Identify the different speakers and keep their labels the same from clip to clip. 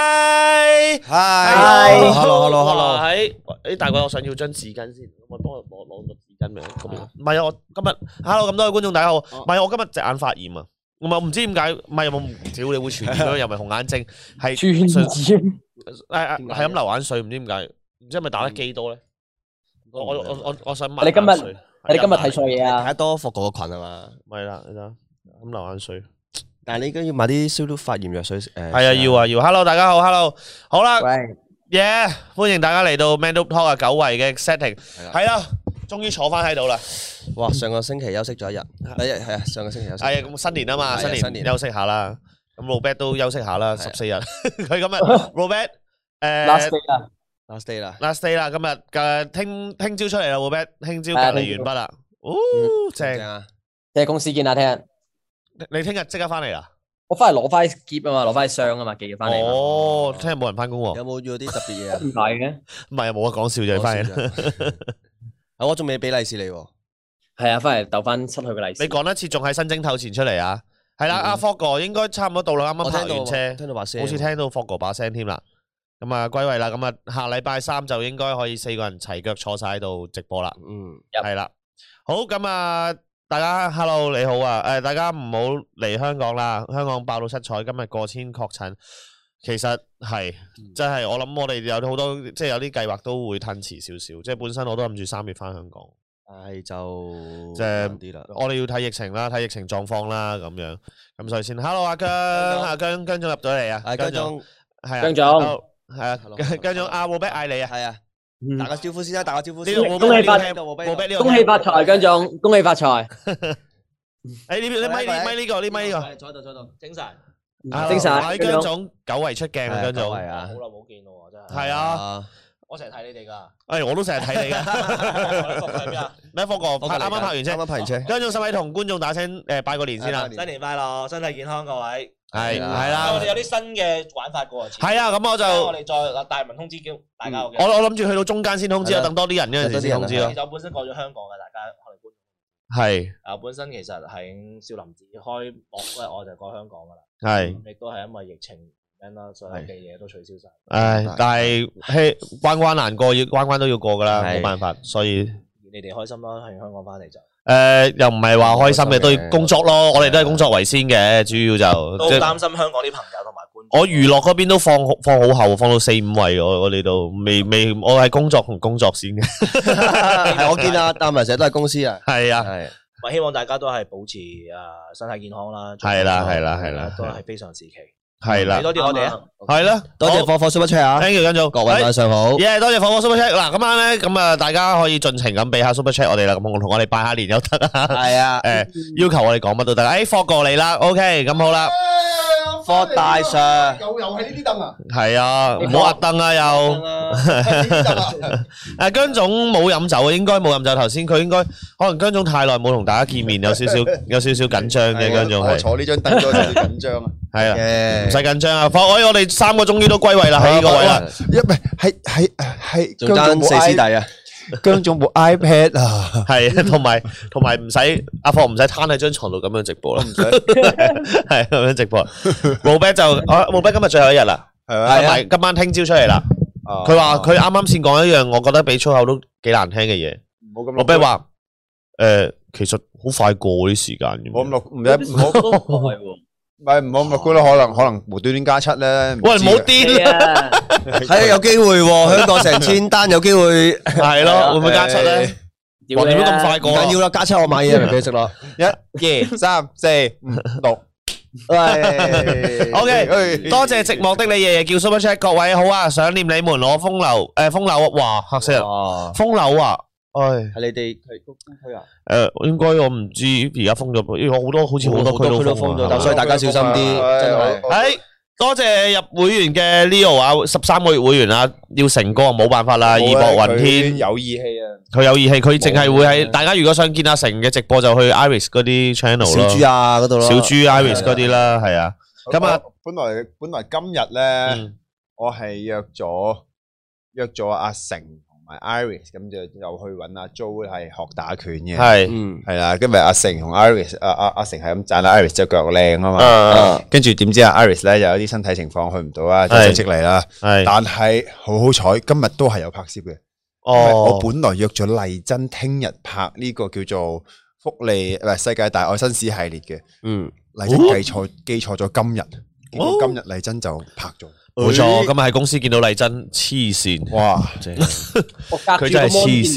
Speaker 1: 嗨
Speaker 2: Hi
Speaker 3: Hello, hello, hello
Speaker 1: 喺誒大概我想要張紙巾先，可唔可以幫我攞攞個紙巾嚟？咁樣唔係啊，我今日 hello 咁多位觀眾大家好，唔係我今日隻眼發炎啊，唔係我唔知點解，唔係有冇唔屌你會傳染咗，又唔係紅眼症，係
Speaker 2: 轉
Speaker 1: 純誒
Speaker 2: 尖，
Speaker 1: 誒係咁流眼水，唔知點解，唔知係咪打得機多咧？我我我我我想問
Speaker 2: 你今日
Speaker 1: 眼水
Speaker 2: 你今日睇錯嘢
Speaker 3: 睇
Speaker 2: 啊！
Speaker 3: 得多霍過個群係嘛？
Speaker 1: 咪啦，你睇下咁流眼水。
Speaker 3: 但係你應該要買啲消毒發炎藥水誒。係
Speaker 1: 系啊，要啊，要。Hello，大家好，Hello，好啦，
Speaker 2: 喂，
Speaker 1: 耶！歡迎大家嚟到 Man Up Talk 啊，久違嘅 setting，
Speaker 3: 啦
Speaker 1: 係啦，終於坐翻喺度啦。
Speaker 3: 哇！上個星期休息咗一日，第一日係啊，上個星期休息。
Speaker 1: 係啊，咁新年啊
Speaker 3: 係
Speaker 1: 嘛，
Speaker 3: 啊
Speaker 1: 新
Speaker 3: 新
Speaker 1: 年
Speaker 3: 年
Speaker 1: 休息下啦。咁 Robert 都休息下啦，
Speaker 3: 係
Speaker 1: 十
Speaker 3: 啊
Speaker 1: 四日。 佢今日 Robert
Speaker 2: ，last à.
Speaker 1: 誒
Speaker 2: day 啦，
Speaker 3: last day 啦，
Speaker 1: last day 啦，今日嘅聽聽朝出嚟啦，Robert 聽朝隔
Speaker 2: 係啊
Speaker 1: 離完畢啦。哦，
Speaker 3: 正
Speaker 1: 正！
Speaker 3: 啊！
Speaker 2: 即係公司見下聽日。
Speaker 1: 你聽日即刻翻嚟啦？
Speaker 2: 我翻嚟攞翻啲夾啊嘛，攞翻啲箱啊嘛，寄咗翻嚟嘛。
Speaker 1: 哦，聽日冇人翻工喎。
Speaker 3: 有冇要啲特別 嘢啊？
Speaker 2: 唔係嘅，
Speaker 1: 唔係冇啊，講笑啫，翻嚟。
Speaker 3: 嚟。啊！我 仲未俾利是你喎。
Speaker 2: 係啊，翻嚟逗翻出去嘅利
Speaker 1: 你
Speaker 2: 是。
Speaker 1: 講一次，仲喺新蒸透前出嚟啊？係啦，阿 Fog 哥應該差唔多到啦，啱啱
Speaker 3: 我聽
Speaker 1: 拍
Speaker 3: 到
Speaker 1: 完車，
Speaker 3: 聽到把聲。
Speaker 1: 好似聽到 Fog 哥把聲添啦。咁啊，歸位啦，咁啊，下禮拜三就應該可以四個人齊腳坐晒喺度直播啦。
Speaker 3: 嗯，
Speaker 2: Yep
Speaker 1: 係啦，好咁啊，大家 Hello 你好啊，誒大家唔好嚟香港啦，香港爆到七彩，今日過千確診，其實係
Speaker 3: 嗯
Speaker 1: 真係我諗我哋有好多即係有啲計劃都會褪遲少少，即係本身我都諗住三月翻香港。
Speaker 3: 但係就
Speaker 1: 即係
Speaker 3: 難啲啦。
Speaker 1: 我哋要睇疫情啦，睇疫情狀況啦，咁樣咁所以先。Hello 阿姜，
Speaker 3: 總
Speaker 1: 阿姜姜總入咗嚟啊，
Speaker 3: 係姜總，
Speaker 1: 係啊，
Speaker 2: 姜總
Speaker 1: ，hello，係啊
Speaker 3: Hello，
Speaker 1: 姜姜總阿 Robert 嗌你啊，
Speaker 3: 係啊，
Speaker 2: 嗯
Speaker 3: 打個招呼先啦，打個招呼
Speaker 1: 呢
Speaker 3: 先。
Speaker 1: 度 Robert
Speaker 2: 恭喜發
Speaker 1: 呢度
Speaker 3: à?
Speaker 1: Robert 呢度
Speaker 2: 恭喜發財，姜總，恭喜發財，
Speaker 1: 誒呢邊你咪呢咪呢個呢咪呢個，
Speaker 4: 係坐喺度坐喺度，精神。
Speaker 1: À, Ờ,
Speaker 2: 精神，
Speaker 1: 哇
Speaker 2: 姜
Speaker 1: 姜
Speaker 2: 總。
Speaker 1: 總久違出鏡
Speaker 3: 係
Speaker 1: 啊，
Speaker 3: 啊
Speaker 1: 姜
Speaker 3: 久
Speaker 1: 總
Speaker 3: 違，係啊
Speaker 4: 好耐冇見咯喎，真係。
Speaker 1: 係啊，
Speaker 3: 啊，
Speaker 4: 我成日睇你哋㗎。
Speaker 1: 誒我都成日睇你噶，
Speaker 4: 係咩啊？
Speaker 1: 咩科哥拍啱啱拍完
Speaker 3: 啱
Speaker 1: 啫，
Speaker 3: 啱拍完車。
Speaker 1: 姜總使唔使同觀眾打聲誒拜個年先啦？
Speaker 3: 拜個
Speaker 4: 新年快樂，身體健康各位。
Speaker 1: 係
Speaker 3: 係啊
Speaker 1: 係
Speaker 4: 我
Speaker 1: 啦
Speaker 4: 哋，有啲新嘅玩法㗎喎。似乎
Speaker 1: 係啊，咁我就
Speaker 4: 我哋再大文通知叫大家嘅。
Speaker 1: 我我諗住去到中間先通知
Speaker 3: 係
Speaker 1: 啊，
Speaker 3: 啦
Speaker 1: 等多啲人嗰陣時先通知咯
Speaker 3: 等多啲人啊，
Speaker 4: 其實我本身過咗香港嘅，大家可能觀眾
Speaker 1: 係
Speaker 4: 啊，本身其實喺少林寺開幕嗰日我就過香港㗎啦。
Speaker 1: 係。
Speaker 4: 咁亦都係因為疫情原因啦，所有嘅嘢都取消晒。
Speaker 1: 唉，但系嘿，關關難過，要關關都要過噶啦，
Speaker 3: 係
Speaker 1: 冇辦法，所以
Speaker 4: 你哋開心啦，喺香港翻嚟就。
Speaker 1: 诶、又唔係話開心
Speaker 3: 開心
Speaker 1: 嘅，
Speaker 3: 嘅
Speaker 1: 都要工作咯，我哋都係工作為先嘅，主要就
Speaker 4: 都
Speaker 1: 即係
Speaker 4: 擔心香港啲朋友同埋觀眾。
Speaker 1: 我娛樂嗰邊都放放好後，放到四五位，我我哋都未未，我係工作同工作先嘅，
Speaker 3: 係我見啊，但文成日都係公司啊。
Speaker 1: 係啊，
Speaker 3: 係
Speaker 4: 咪希望大家都係保持啊身體健康啦，
Speaker 1: 係啦係啦係啦
Speaker 4: 都係非常時期，
Speaker 1: 係啦
Speaker 4: 俾，多啲我哋啊，
Speaker 1: 係啦，
Speaker 3: 多謝
Speaker 1: 好
Speaker 3: 火火 super chat 啊，
Speaker 1: ，thank you 跟住
Speaker 3: 各位晚上好。
Speaker 1: 耶！多謝火火 Super Chat 嗱，今晚咧咁啊，大家可以盡情咁俾下 Super Chat 我哋啦，咁我同我哋拜下年又得啊，
Speaker 3: 係啊，
Speaker 1: 誒要求我哋講乜都得，誒放過你啦，OK，咁好啦，
Speaker 3: 霍大 Sir
Speaker 5: 又又係呢啲凳啊，
Speaker 1: 係啊，唔好壓凳啊又。
Speaker 5: 係呢啲凳啊，
Speaker 1: 诶，姜總冇飲酒啊，應該冇飲酒。頭先佢應該可能姜總太耐冇同大家見面，有少 少有少少緊張嘅。姜總
Speaker 5: 我我
Speaker 1: 係
Speaker 5: 坐呢張凳都有啲緊張啊，
Speaker 1: 係啦，
Speaker 3: 嘅
Speaker 1: 唔使緊張啊。放哎，我哋三個終於都歸位啦，喺呢個位啦。
Speaker 5: 一唔係係係係
Speaker 3: 仲爭四師弟啊，
Speaker 5: 姜總部 iPad à. 啊，
Speaker 1: 係，同埋同埋唔使阿霍唔使攤喺張床度咁樣直 播啦，係咁樣直播。Robert 就啊 Robert 今日最後一日啦，
Speaker 5: 係
Speaker 1: 同
Speaker 5: 咪？
Speaker 1: 埋今晚聽朝出嚟啦。
Speaker 5: Ờ,
Speaker 1: 佢話佢啱啱先講一樣，我覺得比粗口都幾難聽嘅嘢。
Speaker 5: 冇咁
Speaker 1: Robert 話诶，其實好快過啲時間嘅。
Speaker 5: 冇咁樂，唔使唔好
Speaker 2: 都係喎，
Speaker 5: 唔係唔好咁樂觀啦，可能可能無端端加七咧，
Speaker 1: 喂，唔好癲啦
Speaker 2: 係啊，
Speaker 5: à.
Speaker 3: 係啊，有機會喎，香港成千單有機會，唔
Speaker 1: 系咯，會唔會加出咧？
Speaker 2: 屌
Speaker 1: 哇，
Speaker 2: 你
Speaker 1: 點解咁
Speaker 2: 啊！
Speaker 1: 快過啊
Speaker 3: 緊？要啦，加七我買嘢嚟俾你食咯。
Speaker 5: 一、二、三、四、五、六。喂
Speaker 1: OK，多謝寂寞的你，夜夜叫 à, Super Chat，各位好啊！想念你們，我風流诶，风流哇嚇死人，
Speaker 5: Ờ.
Speaker 3: 哦，
Speaker 1: 風流啊！唉，
Speaker 3: 係你哋係高區啊，
Speaker 1: 诶，应该我唔知而家封咗，因為我好多好似好多區都封
Speaker 3: 好多區都封咗
Speaker 1: 咗。
Speaker 3: 所以大家小心啲真係
Speaker 1: 诶，多謝入會員嘅 Leo à, 啊，十三個月會員啊，要成哥啊冇辦法啦，義薄雲天，
Speaker 5: 有義氣啊！
Speaker 1: 佢有義氣，佢淨係會
Speaker 3: 冇
Speaker 1: 喺
Speaker 3: 啊
Speaker 1: 大家如果想見阿成嘅直播就去 Iris 嗰啲 channel
Speaker 3: 小
Speaker 1: 咯，
Speaker 3: 豬啊嗰度咯，
Speaker 1: 小豬 Iris 嗰啲啦，係啊，咁啊
Speaker 5: 我，本來
Speaker 1: Ừ.
Speaker 5: 本來今日咧，
Speaker 1: 嗯
Speaker 5: 我係約咗約咗阿成同埋 Iris，咁就又去揾阿 Jo 係學打拳嘅。
Speaker 1: 系，
Speaker 3: 嗯，
Speaker 5: 系啦，跟住阿成同 Iris，阿阿阿成係咁赞啦，Iris 只腳靚啊嘛，
Speaker 3: Ờ.
Speaker 1: 啊
Speaker 5: 跟住點知阿 Iris 咧又有啲身體情況去唔到啦，就
Speaker 1: 係
Speaker 5: 即嚟啦。
Speaker 1: 系，
Speaker 5: 但係好好彩，今日都係有拍攝嘅。因為我
Speaker 1: 哦，
Speaker 5: 本來約咗麗珍聽日拍呢個叫做福利唔係世界大愛紳士系列嘅，
Speaker 3: 嗯，
Speaker 5: 麗珍記錯記錯咗今日，結果
Speaker 1: 哦
Speaker 5: 今日麗珍就拍咗。
Speaker 1: 冇錯，
Speaker 5: 哎
Speaker 1: 我今日喺公司見到麗珍，黐 線，
Speaker 5: 哇！
Speaker 2: 我隔住
Speaker 1: 佢真係
Speaker 2: 個 mon
Speaker 1: 黐線，
Speaker 2: 見到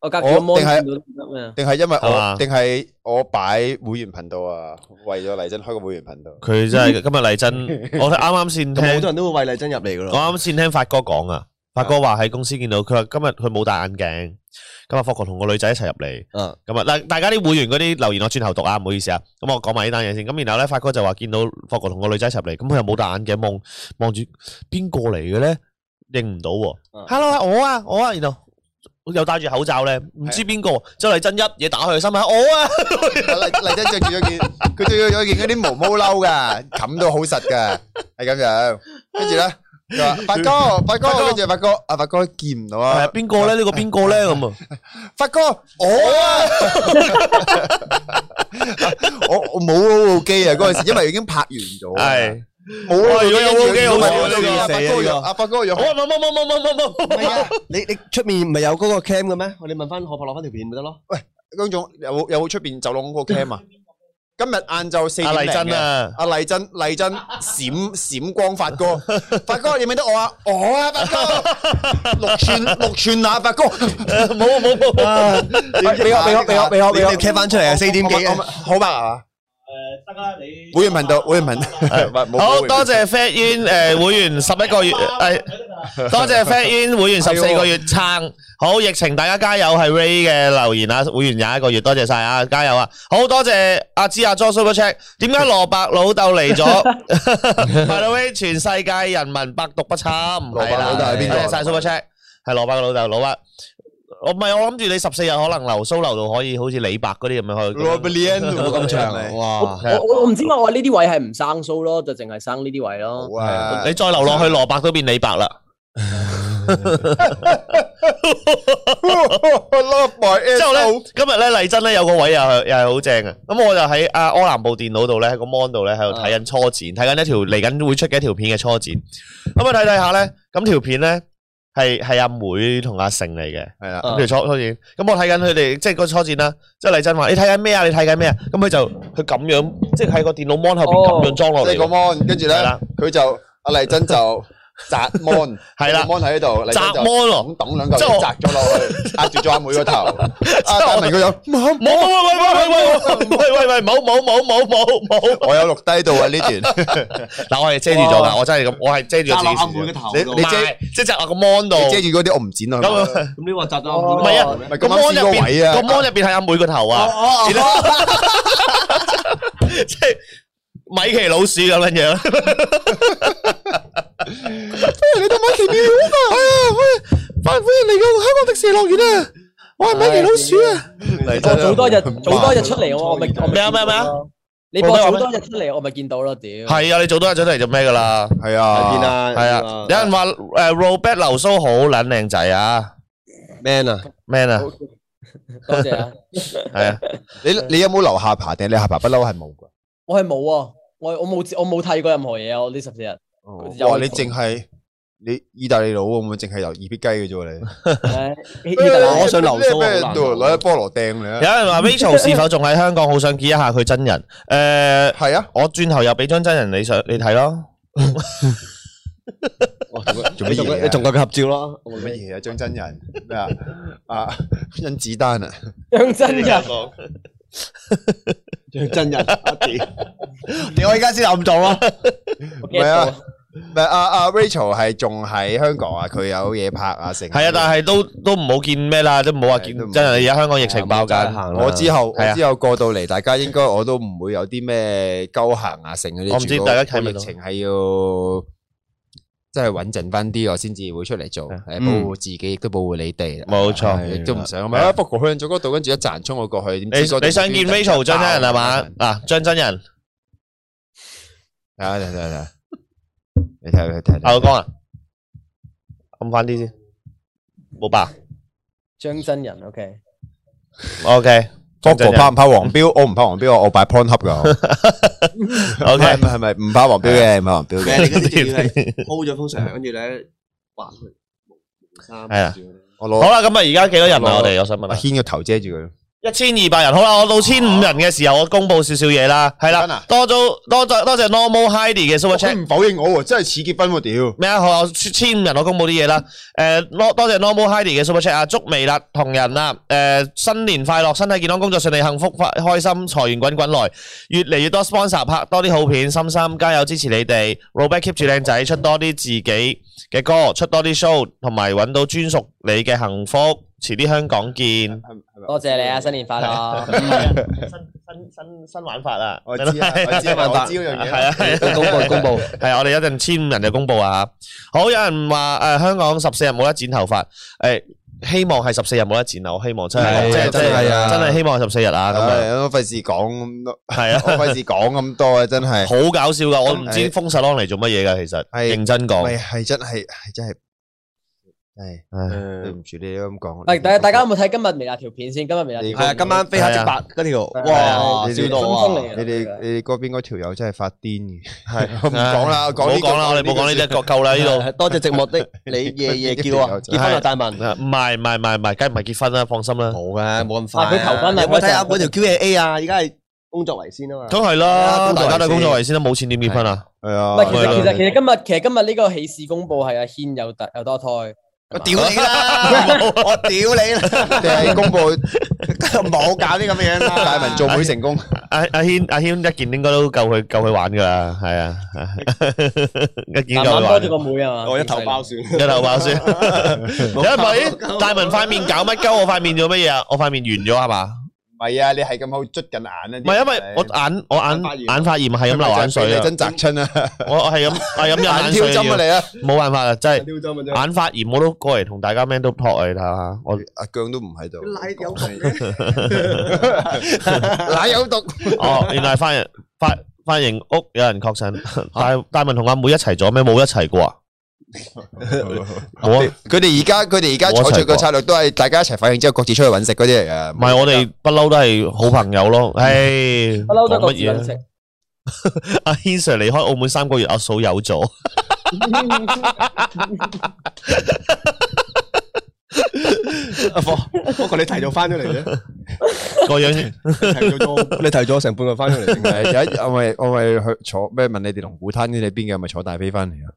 Speaker 2: 我隔住個
Speaker 5: 我
Speaker 2: mon
Speaker 5: 定係
Speaker 2: 見到咩啊？
Speaker 5: 定係因為
Speaker 1: 係嘛
Speaker 5: 我，定係我擺會員頻道啊，為咗麗珍開個會員頻道。
Speaker 1: 佢真係今日麗珍，我啱啱先
Speaker 3: 咁好
Speaker 1: 聽
Speaker 3: 多。人都會為麗珍入嚟噶
Speaker 1: 我
Speaker 3: 咯。
Speaker 1: 啱先聽發哥講啊，發哥話喺公司見到佢話今日佢冇戴眼鏡，今日霍哥同個女仔一齊入嚟，
Speaker 3: 嗯
Speaker 1: 咁啊嗱，大家啲會員嗰啲留言我轉頭讀啊，唔好意思啊，咁我講埋呢單嘢先，咁然後咧發哥就話見到霍哥同個女仔一齊入嚟，咁佢又冇戴眼鏡望望住邊個嚟嘅咧，認唔到喎
Speaker 3: 嗯
Speaker 1: ，hello 我啊我啊，然後。又戴住口罩咧，唔知邊個，周麗珍一嘢打佢心口，我啊，
Speaker 5: 麗麗珍着住咗件， 佢着咗件嗰啲毛毛褸噶，冚到好實噶，係咁樣。跟住咧，佢 話發哥，發
Speaker 1: 發哥
Speaker 5: 哥，跟住發哥，阿發哥見唔到
Speaker 1: 係
Speaker 5: 啊
Speaker 1: 啊，，邊個咧？呢個邊個咧？咁啊，
Speaker 5: 發哥，我啊， 我我冇 O O 機啊，嗰陣時因為已經拍完咗啊，
Speaker 1: 係，
Speaker 5: 冇 O
Speaker 1: 如果有 OK，好
Speaker 3: 笑啊呢個
Speaker 5: 阿發哥約，阿發哥約
Speaker 1: 我話冇冇冇冇冇冇冇，
Speaker 3: 唔係啊，你你出面唔係有嗰個 cam 嘅咩？我哋問翻可柏攞翻條片咪得咯。
Speaker 5: 姜總有冇有冇出邊走廊嗰個 cam 啊？今日晏晝四點
Speaker 1: 阿麗
Speaker 5: 零
Speaker 1: 珍
Speaker 5: 嘅。
Speaker 1: 啊，
Speaker 5: 阿麗珍，麗珍閃閃光發哥，發哥你認唔認得我啊？我啊，發哥，六寸六寸啊，發哥，
Speaker 1: 冇冇冇。
Speaker 5: 俾
Speaker 3: 我俾我俾我俾我俾我
Speaker 5: 你 cap 翻出嚟啊，四點幾啊，好吧啊，
Speaker 4: 誒得啦，你
Speaker 5: 會員頻道，會員頻道，
Speaker 1: 好多謝 Fat Yin 诶会员十一個月，诶多謝 Fat Yin 會員十四個月撐。好疫情大家加油，係 Ray 嘅留言啊，會員廿一個月，多謝晒啊，加油啊！好多謝阿芝阿 Jo Super Check，點解蘿蔔老豆嚟咗？By the way，全世界人民百毒不侵，
Speaker 5: 蔔
Speaker 1: 係
Speaker 5: 老豆
Speaker 1: 啦
Speaker 5: 係，邊個
Speaker 1: 多謝晒 Super Check，係蘿蔔嘅老豆，老啊！我唔係我諗住你十四日可能留須留到可以好似李白嗰啲咁樣去。
Speaker 5: Robert Leon
Speaker 3: 有冇咁長 啊？哇！
Speaker 1: 係啊
Speaker 2: 我我我唔知點解我呢啲位係唔生須咯，就淨係生呢啲位咯。
Speaker 5: 好啊
Speaker 1: 你，再留落去，蘿蔔都變李白啦。
Speaker 5: Oh, Love my
Speaker 1: 之後
Speaker 5: ass
Speaker 1: 咧
Speaker 5: out，，
Speaker 1: 今日咧麗珍咧有個位又係又係好正嘅，咁我就喺阿柯南部電腦度咧，喺個 mon 度咧喺度睇緊初展，睇緊一條嚟緊會出嘅一條片嘅初展。咁啊睇睇下咧，咁條片咧係係阿妹同阿成嚟嘅，
Speaker 5: 係啦，
Speaker 1: 咁條初初展。咁我睇緊佢哋即係個初展啦，即係麗珍話：你睇緊咩啊？你睇緊咩啊？咁佢就佢咁樣，即係喺個電腦 mon 後邊咁樣裝落
Speaker 5: 即
Speaker 1: 嚟
Speaker 5: 係個
Speaker 1: 喎，
Speaker 5: mon，跟住
Speaker 1: 係
Speaker 5: 咧
Speaker 1: 啦，
Speaker 5: 佢就阿麗珍就擲 mon，
Speaker 1: 係啦
Speaker 5: 個，mon 喺度，
Speaker 1: 擲
Speaker 5: 就
Speaker 1: mon 喎
Speaker 5: 咁抌兩嚿
Speaker 1: 即係我
Speaker 5: 嘢擲咗落去，壓住咗阿妹個頭，阿
Speaker 1: 即係我
Speaker 5: 大明佢有。
Speaker 1: 冇冇冇冇冇冇喂喂喂冇冇冇冇冇冇，
Speaker 5: 我有錄低到啊呢段，
Speaker 1: 嗱我係遮住咗㗎，我真係咁，我係遮住咗
Speaker 3: 扎落阿
Speaker 1: 自己
Speaker 3: 妹
Speaker 1: 視線。
Speaker 3: 嘅頭
Speaker 5: 你
Speaker 3: 度
Speaker 1: 你
Speaker 5: 你。
Speaker 1: 遮
Speaker 5: 遮
Speaker 1: 即係就個 mon 度。
Speaker 5: 你遮住嗰啲我唔剪啊。
Speaker 1: 咁
Speaker 5: 咁
Speaker 3: 咁呢個扎咗
Speaker 2: 哦
Speaker 3: 阿
Speaker 1: 唔係
Speaker 3: 妹嗰
Speaker 1: 啊
Speaker 3: 個咩
Speaker 5: 咪
Speaker 1: 個
Speaker 5: 咁啱
Speaker 1: mon
Speaker 5: 試
Speaker 1: 入
Speaker 5: 個位
Speaker 1: 邊，
Speaker 5: 啊
Speaker 1: 個 mon 入邊係阿妹個頭啊，然後即係米奇老鼠咁樣樣。
Speaker 5: 你到米奇妙啊嘛，哎呀，我係歡迎嚟到香港迪士尼樂園啊！我
Speaker 2: 係米奇老
Speaker 5: 鼠啊！
Speaker 2: 我早多日早多日出嚟，我我咪我咪
Speaker 1: 咩啊咩啊咩啊
Speaker 2: 你播早多日出嚟，我咪見到咯，屌！
Speaker 1: 係啊，你做多一陣嚟做咩㗎啦？
Speaker 5: 係
Speaker 3: 見
Speaker 5: 啊，
Speaker 3: 啊，
Speaker 1: 係啊，有人話誒 Robert 流蘇好撚靚仔啊
Speaker 3: ，man 啊，
Speaker 1: ，man 啊，
Speaker 2: 多謝啊！
Speaker 1: 係啊，
Speaker 5: 你你有冇留下巴定？你下巴不嬲係冇噶。
Speaker 2: 我係冇啊，我我冇我冇睇過任何嘢啊！我呢十四日有
Speaker 5: 哇！你淨係你意大利佬咁樣，淨係留二撇雞嘅啫喎你。
Speaker 2: 唉希希特
Speaker 5: 哎
Speaker 2: 拉
Speaker 3: 我想留鬚啊
Speaker 5: 咩
Speaker 3: 好難
Speaker 5: 度攞一菠蘿掟
Speaker 1: 有
Speaker 5: 你啊！
Speaker 1: 人話 Rachel 是否仲喺香港？好想見一下佢真人。誒，
Speaker 5: 係啊，
Speaker 1: 我轉頭又俾張真人你上你睇咯。
Speaker 5: 做
Speaker 3: 你
Speaker 5: 乜
Speaker 3: 同
Speaker 5: 嘢
Speaker 3: 佢
Speaker 5: 啊？
Speaker 3: 你同佢合照 咯。
Speaker 5: 做乜嘢啊？張真人咩啊？啊，甄子丹啊！
Speaker 2: 張真人
Speaker 3: 最真人，阿屌，屌我而家先諗到啊！
Speaker 2: 我
Speaker 5: 係啊
Speaker 2: get 到
Speaker 5: 唔係阿阿 Rachel 係仲喺香港啊，佢有嘢拍啊，成
Speaker 1: 係啊，但係都都唔好見咩啦，都唔好話見
Speaker 5: 係都唔好
Speaker 1: 真人。而家香港疫情爆緊。
Speaker 5: 我之後
Speaker 1: 係啊
Speaker 5: 我之後過到嚟，大家應該我都唔會有啲咩鳩行啊，成嗰啲。
Speaker 1: 我唔知
Speaker 5: 住嗰
Speaker 1: 大家睇唔
Speaker 5: 個疫
Speaker 1: 到
Speaker 5: 情係要即係穩陣翻啲，我先至會出嚟做，
Speaker 1: 係
Speaker 5: 誒
Speaker 3: 嗯
Speaker 5: 保護自己，亦都保護你哋。
Speaker 1: 冇錯
Speaker 5: 係亦都唔想
Speaker 1: 係
Speaker 5: 咁啊！不過去咗嗰度，跟住一陣衝我過去，點
Speaker 1: 你
Speaker 5: 知嗰度
Speaker 1: 你想見 Rachel 張真人係嘛？嗱，張真人，
Speaker 5: 係啊，睇睇睇，你睇睇睇睇。
Speaker 1: 阿老公啊，撳翻啲先。冇吧
Speaker 2: 張真人，OK，
Speaker 1: ？OK，
Speaker 5: Fogo 怕唔怕黃標？我唔怕黃標，我我擺 PornHub 噶。
Speaker 1: OK
Speaker 5: 係咪係咪唔怕黃標嘅？唔怕黃標
Speaker 6: 咩？
Speaker 5: 嘅。
Speaker 6: 你嗰啲仲要係 hold 咗封相，跟住咧畫佢毛衫。
Speaker 1: 係啊
Speaker 6: 跟住呢
Speaker 5: 我
Speaker 1: 好
Speaker 5: 攞
Speaker 1: 啦，咁啊，而家幾多人啊？我哋我想問
Speaker 5: 阿
Speaker 1: 下，
Speaker 5: 軒個頭遮住佢。
Speaker 1: 一千二百人。好啦，我到千五人嘅時候，我公布少少嘢啦。係
Speaker 5: 真
Speaker 1: 啦
Speaker 5: 啊，
Speaker 1: 多咗多咗多謝 Normal Heidi 嘅 Super
Speaker 5: 佢
Speaker 1: Chat。
Speaker 5: 唔否認我喎，真係似結婚喎屌！
Speaker 1: 咩啊？好，我千五人我公布啲嘢啦。誒，多多謝 Normal Heidi 嘅 Super Chat 啊，祝微辣同人啊，誒，新年快樂，身體健康，工作順利，幸福快開心，財源滾滾來，越嚟越多 sponsor 拍多啲好片，心心加油支持你哋，Robert keep 住靚仔，出多啲自己嘅歌，出多啲 show，同埋揾到專屬你嘅幸福，遲啲香港見。
Speaker 2: 多謝你啊，新年快樂！
Speaker 1: 啊新新新新玩法啊！
Speaker 5: 我知啊， 我知啊，我知嗰樣嘢。
Speaker 1: 係啊 係啊
Speaker 2: 公佈公佈，
Speaker 1: 系我哋一陣千五人就公布啊！好，有人話诶、誒香港十四日冇得剪頭髮，诶、希望係十四日冇得剪啊！我希望真係
Speaker 5: 係
Speaker 1: 即係即
Speaker 5: 真
Speaker 1: 係
Speaker 5: 係啊
Speaker 1: 真係希望十四日啊！咁樣
Speaker 5: 唉我費事講咁多，
Speaker 1: 係
Speaker 5: 我
Speaker 1: 啊，
Speaker 5: 費事講咁多啊！真係。
Speaker 1: 好搞笑噶！我唔知
Speaker 5: 係
Speaker 1: 封實 on 嚟做乜嘢噶，其實
Speaker 5: 係
Speaker 1: 認真
Speaker 5: 咪
Speaker 1: 講，
Speaker 5: 係真係係真係，唉，
Speaker 1: 唉
Speaker 5: 對唔住你都咁講。
Speaker 2: 喂，大家大家有冇睇今日微辣條片先？今日微辣條
Speaker 6: 係啊，今晚飛黑即白嗰條，
Speaker 2: 係
Speaker 5: 啊
Speaker 6: 哇，
Speaker 5: 你
Speaker 6: 笑
Speaker 5: 哋
Speaker 6: 到
Speaker 2: 中鋒
Speaker 6: 啊
Speaker 2: 嚟！嘅
Speaker 5: 你哋你哋嗰邊嗰條友真係發癲嘅，
Speaker 1: 係
Speaker 5: 我唔講啦，我講呢
Speaker 1: 冇
Speaker 5: 個
Speaker 1: 講啦，我哋冇講呢啲，夠夠啦呢度。
Speaker 6: 係多謝寂 寞的你夜夜叫啊！結婚啊，大文。
Speaker 1: 啊唔係唔係唔係唔係，梗係唔係結婚啦，放心啦，
Speaker 6: 冇嘅，冇咁快啊。
Speaker 2: 但佢求婚啊
Speaker 6: 你有冇睇下
Speaker 2: 嗰
Speaker 6: 嗰
Speaker 2: 陣
Speaker 6: 條 Q&A 啊？而家係工作為先啊嘛。
Speaker 1: 梗係
Speaker 6: 係啊
Speaker 1: 啦，
Speaker 6: 工作
Speaker 1: 大
Speaker 6: 為
Speaker 1: 家都
Speaker 6: 先
Speaker 1: 係工作為先啦，冇錢點結婚啊？
Speaker 5: 係啊。
Speaker 2: 唔係，其實其實其
Speaker 5: 實
Speaker 2: 實今日其實今日呢個喜事公佈係阿軒有特有多胎，
Speaker 6: 我屌你啦！我屌你啦！
Speaker 5: 係公佈
Speaker 6: 冇搞啲咁嘅嘢啦。
Speaker 5: 大文做妹成功，
Speaker 1: 阿阿軒阿軒一件應該都夠佢夠佢玩噶啦，係啊，一件
Speaker 2: 慢
Speaker 1: 夠
Speaker 2: 慢
Speaker 1: 佢
Speaker 2: 多
Speaker 1: 玩
Speaker 2: 咗。個妹啊嘛，
Speaker 6: 我一頭包算。
Speaker 1: 一頭爆先， 有人問咦大文塊面搞乜鳩？我塊面做乜嘢啊？我塊面完咗係嘛？
Speaker 5: 唔係啊！你係咁好捽緊眼啊！唔
Speaker 1: 唔係因為我眼我眼眼發炎係咁流眼水啊！
Speaker 5: 真擲 親啊！
Speaker 1: 我我係咁係咁飲
Speaker 5: 眼
Speaker 1: 眼
Speaker 5: 挑
Speaker 1: 水
Speaker 5: 針啊
Speaker 1: 啊！
Speaker 5: 你啊！
Speaker 1: 冇辦法啦，真係
Speaker 6: 屌啊真嘅
Speaker 1: 眼發炎我都過嚟同大家 man 都 talk 你睇下，我
Speaker 5: 阿啊姜都唔喺度，
Speaker 6: 奶有毒嘅，
Speaker 5: 奶有毒。
Speaker 1: 哦原來係髮型髮髮型屋有人確診，大大文同阿妹一齊咗咩？冇一齊過啊？我唔
Speaker 5: 佢哋而家佢哋而家採取嘅策略都係大家一齊反應之後各自出去揾食嗰啲嚟嘅。
Speaker 1: 係我哋不嬲都係好朋友咯，唉，
Speaker 2: 不嬲都各
Speaker 1: 講乜
Speaker 2: 自
Speaker 1: 嘢
Speaker 2: 揾
Speaker 1: 呢？
Speaker 2: 食。
Speaker 1: 阿軒 Sir 離開澳門三個月，阿嫂有咗。
Speaker 6: 阿貨，不過你提早翻咗嚟啫，
Speaker 1: 个样
Speaker 6: 提早 咗，你提早成半個翻咗嚟。
Speaker 5: 係有一我咪我咪去坐咩？問你哋龍鼓灘你哋邊嘅，咪坐大飛翻嚟啊！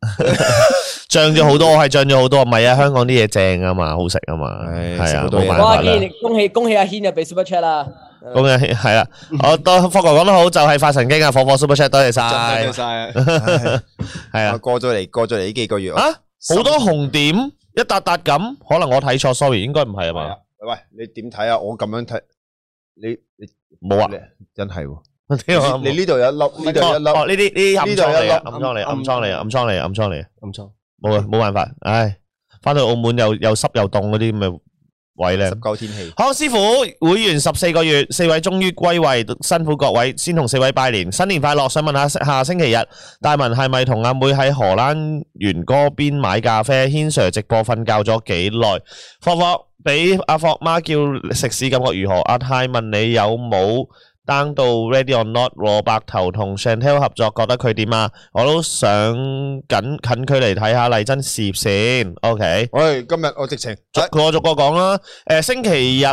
Speaker 1: 涨咗好多，我系涨咗好多，唔系啊，香港啲嘢正啊嘛，好食啊嘛，
Speaker 5: 唉
Speaker 1: 系
Speaker 5: 食
Speaker 1: 啊，
Speaker 5: 好多
Speaker 1: 冇
Speaker 5: 嘢
Speaker 1: 办
Speaker 2: 哇！
Speaker 1: 法
Speaker 2: 既
Speaker 1: 啦。
Speaker 2: 然恭喜恭喜阿軒又俾 super chat 啦，
Speaker 1: 咁嘅系啦，我多霍哥讲得好，就系發神經啊，火火 super chat，多謝晒，
Speaker 6: 晒啊！
Speaker 1: 係啊，
Speaker 5: 過咗嚟過咗嚟呢幾個月
Speaker 1: 啊，好多紅點一笪笪咁，可能我睇錯，sorry，應該唔係啊
Speaker 5: 係
Speaker 1: 嘛
Speaker 5: 啊，喂，你點睇啊？我咁樣睇，你你
Speaker 1: 冇啊，
Speaker 5: 真係喎，
Speaker 1: 你
Speaker 5: 你你呢度有一粒，呢度有一粒
Speaker 1: 哦，呢啲呢啲暗
Speaker 5: 呢度
Speaker 1: 瘡
Speaker 5: 有一
Speaker 1: 嚟
Speaker 5: 粒
Speaker 1: 啊，暗瘡嚟啊，暗瘡嚟啊，暗瘡嚟啊，暗瘡嚟啊，
Speaker 6: 唔錯，
Speaker 1: 冇啊，冇辦法，唉，翻到澳門又又濕又凍嗰啲咁嘅位咧
Speaker 5: 十。九天氣，
Speaker 1: 康師傅會員十四個月，四位終於歸位，辛苦各位，先同四位拜年，新年快樂！想問下下星期日大文係咪同阿妹喺荷蘭園嗰邊買咖啡？軒 Sir 直播瞓覺咗幾耐？霍霍俾阿霍媽叫食屎感覺如何？阿泰問你有冇 down 到 Ready or Not？蘿蔔頭同 Chantel 合作覺得佢點啊？我都想緊近距離睇下麗珍事業線。OK。
Speaker 5: 喂，今日我直情
Speaker 1: 逐我逐個講啦。诶、星期日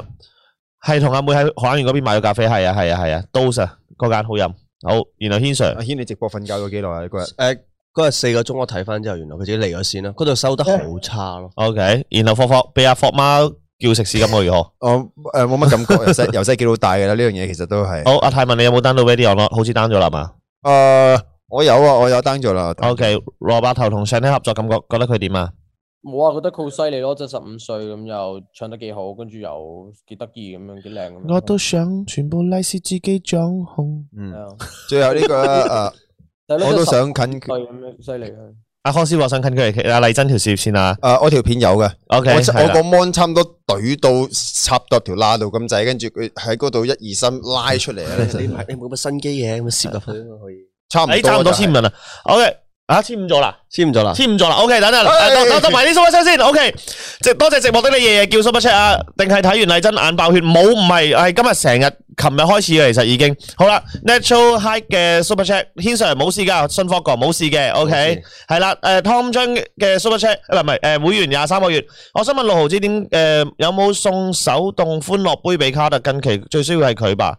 Speaker 1: 係同阿妹喺海岸園嗰邊買咗咖啡，係啊，係啊，係啊，Dos 啊，嗰間好飲。好，然後軒 Sir
Speaker 5: 阿軒，你直播瞓覺咗幾耐啊？你嗰日
Speaker 6: 誒嗰日四個鐘我睇翻之後，原來佢自己嚟咗先啦，嗰度收得好差咯。
Speaker 1: ，OK，然後霍霍俾阿霍媽叫食屎咁，我如何？
Speaker 5: 我誒冇乜感覺，由細由細幾到大嘅啦，呢樣嘢其實都係。
Speaker 1: 好，阿泰問你有冇 down 到 video 咯？好似 down 咗啦嘛。
Speaker 5: 誒，我有啊，我有 down 咗啦。
Speaker 1: OK，蘿蔔頭同 c h a n e 合作感覺，覺得佢點啊？
Speaker 2: 冇啊，覺得佢好犀利咯，即係十五歲咁又唱得幾好，跟住又幾得意咁樣，幾靚咁樣。
Speaker 1: 想全部利是自己掌控。
Speaker 5: 嗯，
Speaker 2: 係啊
Speaker 5: 最後呢 個誒，
Speaker 2: 但係呢
Speaker 5: 我都
Speaker 2: 個
Speaker 5: 想近
Speaker 2: 十五歲咁樣犀利啊！
Speaker 1: 阿康師傅想近佢嚟，阿麗珍條事業線啊。
Speaker 5: 誒，我條片有嘅。
Speaker 1: OK，
Speaker 5: 我
Speaker 1: 係
Speaker 5: 我
Speaker 1: 啦
Speaker 5: 個 mon 差唔多懟到插到條罅度咁滯，跟住佢喺嗰度一二三拉出嚟啊！
Speaker 6: 你買你冇乜新機嘢咁樣攝入去啊嘛可以。
Speaker 5: 差唔多，
Speaker 1: 哎，差唔多千五人啦。OK，啊，签咗啦，
Speaker 3: 簽咗啦。
Speaker 1: 签咗啦。OK，等等，
Speaker 5: 哎
Speaker 1: 誒等等埋啲 super chat 先。OK，直多謝直播的你夜夜叫 super chat 啊，定係睇完麗珍眼爆血？冇，唔係，係今日成日，琴日開始嘅，其實已經好啦。Natural High 嘅 super chat，軒 Sir 冇事噶，信科哥冇事嘅。OK。系啦，诶，Tom 張嘅 Super Chat 呃唔係诶會員廿三個月，我想問六毫子點诶有冇送手動歡樂杯俾卡特？近期最需要係佢吧？